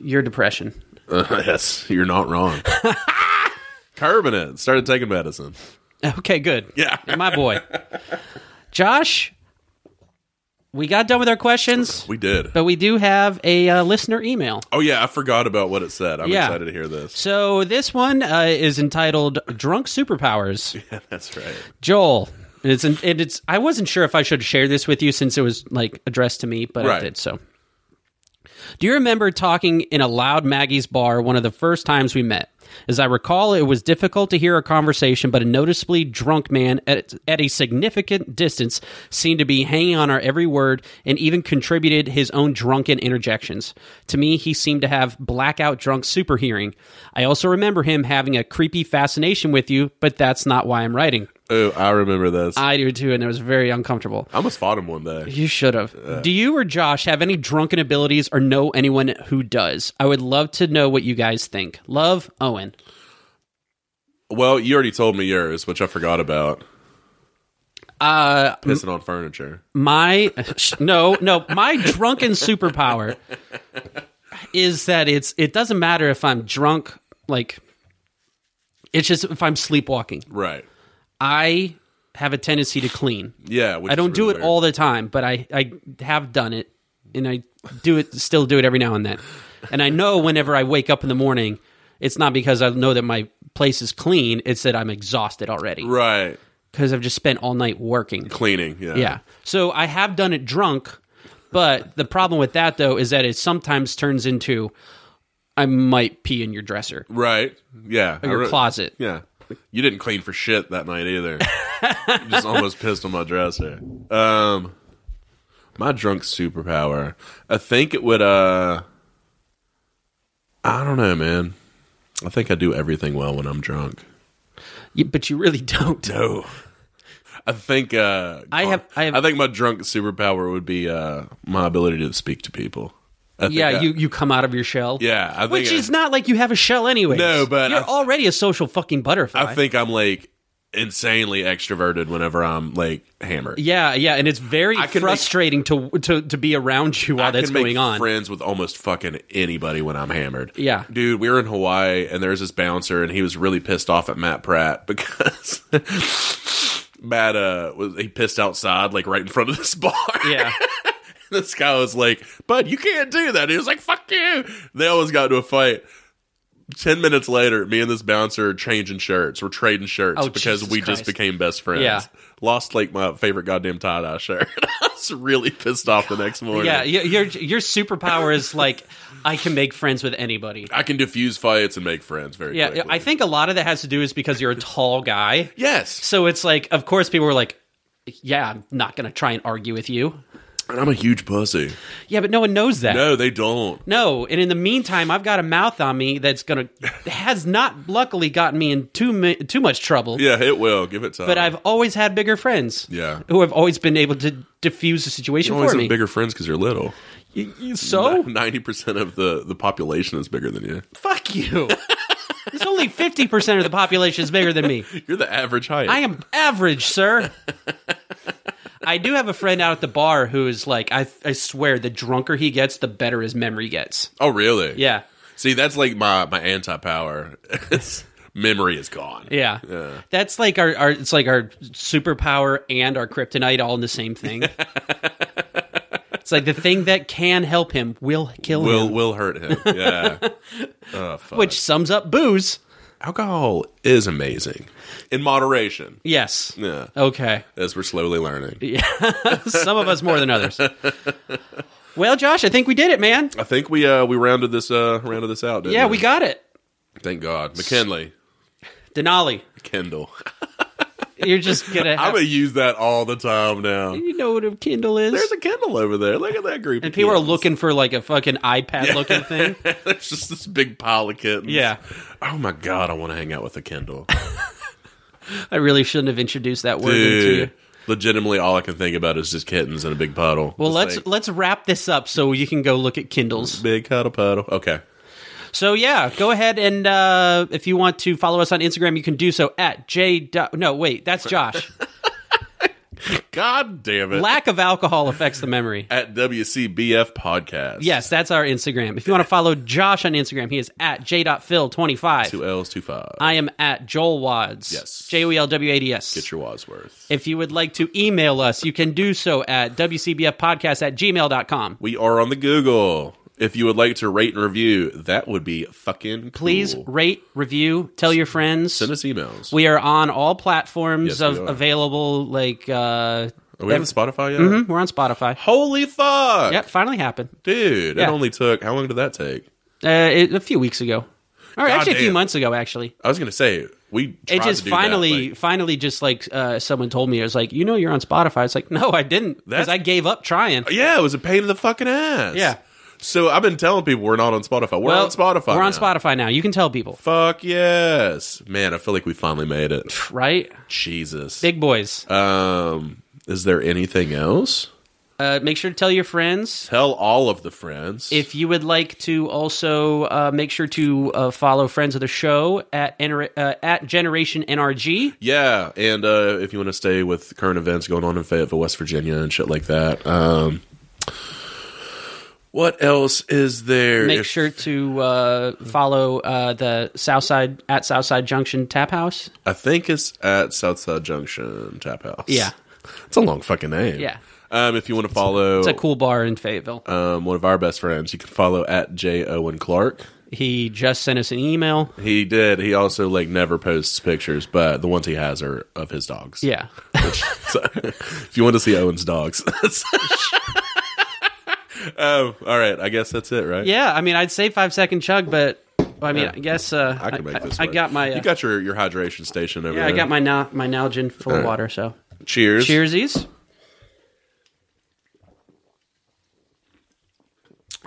Speaker 1: your depression.
Speaker 2: yes, you're not wrong. Curbing it. Started taking medicine.
Speaker 1: Okay, good.
Speaker 2: Yeah.
Speaker 1: My boy. Josh, we got done with our questions,
Speaker 2: We did.
Speaker 1: but we do have a uh, listener email.
Speaker 2: Oh yeah, I forgot about what it said. I'm
Speaker 1: Yeah.
Speaker 2: excited to hear this.
Speaker 1: So this one uh, is entitled Drunk Superpowers.
Speaker 2: That's right.
Speaker 1: Joel. And it's and it's I wasn't sure if I should share this with you since it was like addressed to me, but I
Speaker 2: Right.
Speaker 1: did so. Do you remember talking in a loud Maggie's bar one of the first times we met? As I recall, it was difficult to hear a conversation, but a noticeably drunk man at, at a significant distance seemed to be hanging on our every word and even contributed his own drunken interjections. To me, he seemed to have blackout drunk super hearing. I also remember him having a creepy fascination with you, but that's not why I'm writing.
Speaker 2: Oh, I remember this. I
Speaker 1: I do too, and it was very uncomfortable.
Speaker 2: almost fought him one day.
Speaker 1: You should have. do you or Josh have any drunken abilities or know anyone who does? I would love to know what you guys think. Love, Owen.
Speaker 2: Well, you already told me yours, which I forgot about.
Speaker 1: Uh,
Speaker 2: Pissing on furniture.
Speaker 1: my no, no, my drunken superpower is that it's it doesn't matter if I'm drunk, like it's just if I'm sleepwalking.
Speaker 2: Right.
Speaker 1: I have a tendency to clean.
Speaker 2: Yeah. which
Speaker 1: I
Speaker 2: is
Speaker 1: don't do
Speaker 2: really
Speaker 1: it
Speaker 2: weird.
Speaker 1: all the time, but I, I have done it, and I do it still do it every now and then. And I know whenever I wake up in the morning, it's not because I know that my place is clean; it's that I'm exhausted already
Speaker 2: Right.
Speaker 1: because I've just spent all night working.
Speaker 2: Cleaning. Yeah.
Speaker 1: Yeah, so I have done it drunk, but the problem with that though is that it sometimes turns into I might pee in your dresser,
Speaker 2: Right. Yeah. I
Speaker 1: your
Speaker 2: re-
Speaker 1: closet.
Speaker 2: Yeah. You didn't clean for shit that night either. You just almost pissed on my dresser. Um my drunk superpower. I think it would uh I don't know, man. I think I do everything well when I'm drunk.
Speaker 1: You- but you really don't.
Speaker 2: No. I think uh
Speaker 1: I have- I have-
Speaker 2: think my drunk superpower would be uh my ability to speak to people. I think
Speaker 1: Yeah,
Speaker 2: I-
Speaker 1: you, you come out of your shell.
Speaker 2: Yeah, I think
Speaker 1: Which
Speaker 2: I-
Speaker 1: is not like you have a shell anyway.
Speaker 2: No, but
Speaker 1: you're
Speaker 2: I-
Speaker 1: already a social fucking butterfly.
Speaker 2: I think I'm like insanely extroverted whenever I'm like hammered.
Speaker 1: yeah, yeah, and it's very
Speaker 2: I can make-
Speaker 1: frustrating to to to be around you while
Speaker 2: I
Speaker 1: that's
Speaker 2: can make
Speaker 1: going on.
Speaker 2: Friends with almost fucking anybody when I'm hammered.
Speaker 1: Yeah.
Speaker 2: dude, we were in Hawaii and there was this bouncer and he was really pissed off at Matt Pratt because Matt uh was he pissed outside like right in front of this bar.
Speaker 1: Yeah.
Speaker 2: this guy was like, "Bud, you can't do that." He was like, "Fuck you." They always got into a fight. 10 minutes later, me and this bouncer are changing shirts. We're trading shirts
Speaker 1: Oh,
Speaker 2: because
Speaker 1: Jesus
Speaker 2: we
Speaker 1: Christ.
Speaker 2: just became best friends.
Speaker 1: Yeah.
Speaker 2: Lost like my favorite goddamn tie dye shirt. I was really pissed off the next morning.
Speaker 1: Yeah, y- your your superpower is like I can make friends with anybody.
Speaker 2: I can diffuse fights and make friends very
Speaker 1: Yeah,
Speaker 2: quickly.
Speaker 1: I think a lot of that has to do is because you're a tall guy.
Speaker 2: Yes.
Speaker 1: So it's like, of course, people were like, "Yeah, I'm not going to try and argue with you."
Speaker 2: And I'm a huge pussy.
Speaker 1: Yeah, but no one knows that.
Speaker 2: No, they don't.
Speaker 1: No, and in the meantime, I've got a mouth on me that's gonna has not luckily gotten me in too mi- too much trouble.
Speaker 2: Yeah, it will. Give it time.
Speaker 1: But I've always had bigger friends.
Speaker 2: Yeah.
Speaker 1: who have always been able to diffuse the situation
Speaker 2: You always
Speaker 1: for
Speaker 2: have
Speaker 1: me. Oh.
Speaker 2: bigger friends because you're little.
Speaker 1: Y- y- so
Speaker 2: ninety percent of the the population is bigger than you.
Speaker 1: fuck you. It's only fifty percent of the population is bigger than me.
Speaker 2: You're the average height.
Speaker 1: I am average, sir. I do have a friend out at the bar who is like, I, I swear, the drunker he gets, the better his memory gets.
Speaker 2: oh, really?
Speaker 1: Yeah.
Speaker 2: See, that's like my my anti power. Memory is gone.
Speaker 1: Yeah.
Speaker 2: Yeah.
Speaker 1: That's like our, our it's like our superpower and our kryptonite all in the same thing. it's like the thing that can help him will kill
Speaker 2: Will
Speaker 1: him.
Speaker 2: will hurt him. Yeah. oh, fuck.
Speaker 1: Which sums up booze.
Speaker 2: alcohol is amazing in moderation.
Speaker 1: Yes.
Speaker 2: Yeah.
Speaker 1: Okay.
Speaker 2: As we're slowly learning.
Speaker 1: Some of us more than others. Well, Josh, I think we did it, man.
Speaker 2: I think we uh we rounded this uh rounded this out. Didn't
Speaker 1: Yeah, we got it.
Speaker 2: Thank God, McKinley,
Speaker 1: Denali.
Speaker 2: Kindle.
Speaker 1: You're just gonna
Speaker 2: I'm
Speaker 1: have,
Speaker 2: gonna use that all the time now.
Speaker 1: you know what a Kindle is.
Speaker 2: There's a Kindle over there. Look at that group.
Speaker 1: and people are looking for like a fucking iPad looking thing.
Speaker 2: There's just this big pile of kittens.
Speaker 1: Yeah.
Speaker 2: Oh my god, I want to hang out with a Kindle.
Speaker 1: I really shouldn't have introduced that word into you.
Speaker 2: Dude, legitimately, all I can think about is just kittens in a big puddle.
Speaker 1: Well,
Speaker 2: Just
Speaker 1: let's
Speaker 2: like,
Speaker 1: let's wrap this up so you can go look at Kindles.
Speaker 2: big cuddle puddle. Okay.
Speaker 1: So yeah, go ahead and uh, if you want to follow us on Instagram, you can do so at j. dot- No, wait, that's Josh.
Speaker 2: God damn it.
Speaker 1: Lack of alcohol affects the memory.
Speaker 2: At WCBF podcast.
Speaker 1: Yes, that's our Instagram. If you want to follow Josh on Instagram, he is at j.phil25.
Speaker 2: Two L's, two fives.
Speaker 1: I am at Joel Wads.
Speaker 2: Yes.
Speaker 1: J O E L W A D S.
Speaker 2: Get your Wadsworth.
Speaker 1: If you would like to email us, you can do so at wcbfpodcast at gmail.com.
Speaker 2: We are on the Google. If you would like to rate and review, that would be fucking
Speaker 1: Please
Speaker 2: cool.
Speaker 1: rate, review, tell your friends.
Speaker 2: send us emails.
Speaker 1: We are on all platforms
Speaker 2: Yes,
Speaker 1: of
Speaker 2: we are.
Speaker 1: available. Like uh,
Speaker 2: are we on Spotify yet?
Speaker 1: hmm, we're on Spotify.
Speaker 2: Holy fuck,
Speaker 1: Yep, finally happened.
Speaker 2: dude!
Speaker 1: Yeah.
Speaker 2: It only took how long did that take?
Speaker 1: Uh, it, a few weeks ago, or actually a few
Speaker 2: damn.
Speaker 1: months ago. Actually,
Speaker 2: I was gonna say we. Tried
Speaker 1: it just
Speaker 2: to do that,
Speaker 1: finally,
Speaker 2: like-
Speaker 1: finally, just like uh, someone told me, I was like, you know, you're on Spotify. It's like, no, I didn't, because
Speaker 2: That's-
Speaker 1: I gave up trying.
Speaker 2: yeah, it was a pain in the fucking ass.
Speaker 1: Yeah.
Speaker 2: So I've been telling people we're not on Spotify. We're
Speaker 1: Well,
Speaker 2: on Spotify.
Speaker 1: We're on
Speaker 2: now.
Speaker 1: Spotify now. You can tell people,
Speaker 2: Fuck yes, man! I feel like we finally made it.
Speaker 1: right?
Speaker 2: Jesus.
Speaker 1: Big boys.
Speaker 2: Um, is there anything else?
Speaker 1: Uh, make sure to tell your friends.
Speaker 2: Tell all of the friends.
Speaker 1: If you would like to also uh, make sure to uh, follow friends of the show at NR- uh, at Generation NRG.
Speaker 2: Yeah, and uh, if you want to stay with current events going on in Fayetteville, West Virginia, and shit like that. Um, what else is there?
Speaker 1: Make
Speaker 2: If-
Speaker 1: sure to uh, follow uh, the Southside at Southside Junction Tap House.
Speaker 2: I think it's at Southside Junction Tap House.
Speaker 1: Yeah.
Speaker 2: it's a long fucking name.
Speaker 1: Yeah.
Speaker 2: Um, if you want to follow
Speaker 1: It's a cool bar in Fayetteville.
Speaker 2: um, one of our best friends, you can follow at J Owen Clark.
Speaker 1: He just sent us an email.
Speaker 2: He did. He also like never posts pictures, but the ones he has are of his dogs.
Speaker 1: Yeah.
Speaker 2: Which, so, if you want to see Owen's dogs. um, all right, I guess that's it, right?
Speaker 1: Yeah, I mean, I'd say five second chug, but I mean,
Speaker 2: Yeah.
Speaker 1: I guess uh,
Speaker 2: I can make this.
Speaker 1: I,
Speaker 2: work.
Speaker 1: got my. Uh,
Speaker 2: you got your your hydration station over
Speaker 1: yeah,
Speaker 2: there.
Speaker 1: I got my na- my Nalgene full of water. So
Speaker 2: Cheers.
Speaker 1: cheersies.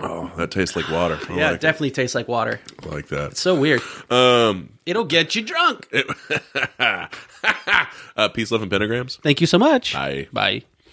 Speaker 2: Oh, that tastes like water. I
Speaker 1: Yeah,
Speaker 2: like,
Speaker 1: it definitely tastes like water.
Speaker 2: it. I like that.
Speaker 1: So weird. Um, it'll get you drunk.
Speaker 2: Uh, peace, love, and pentagrams.
Speaker 1: Thank you so much.
Speaker 2: Bye.
Speaker 1: Bye.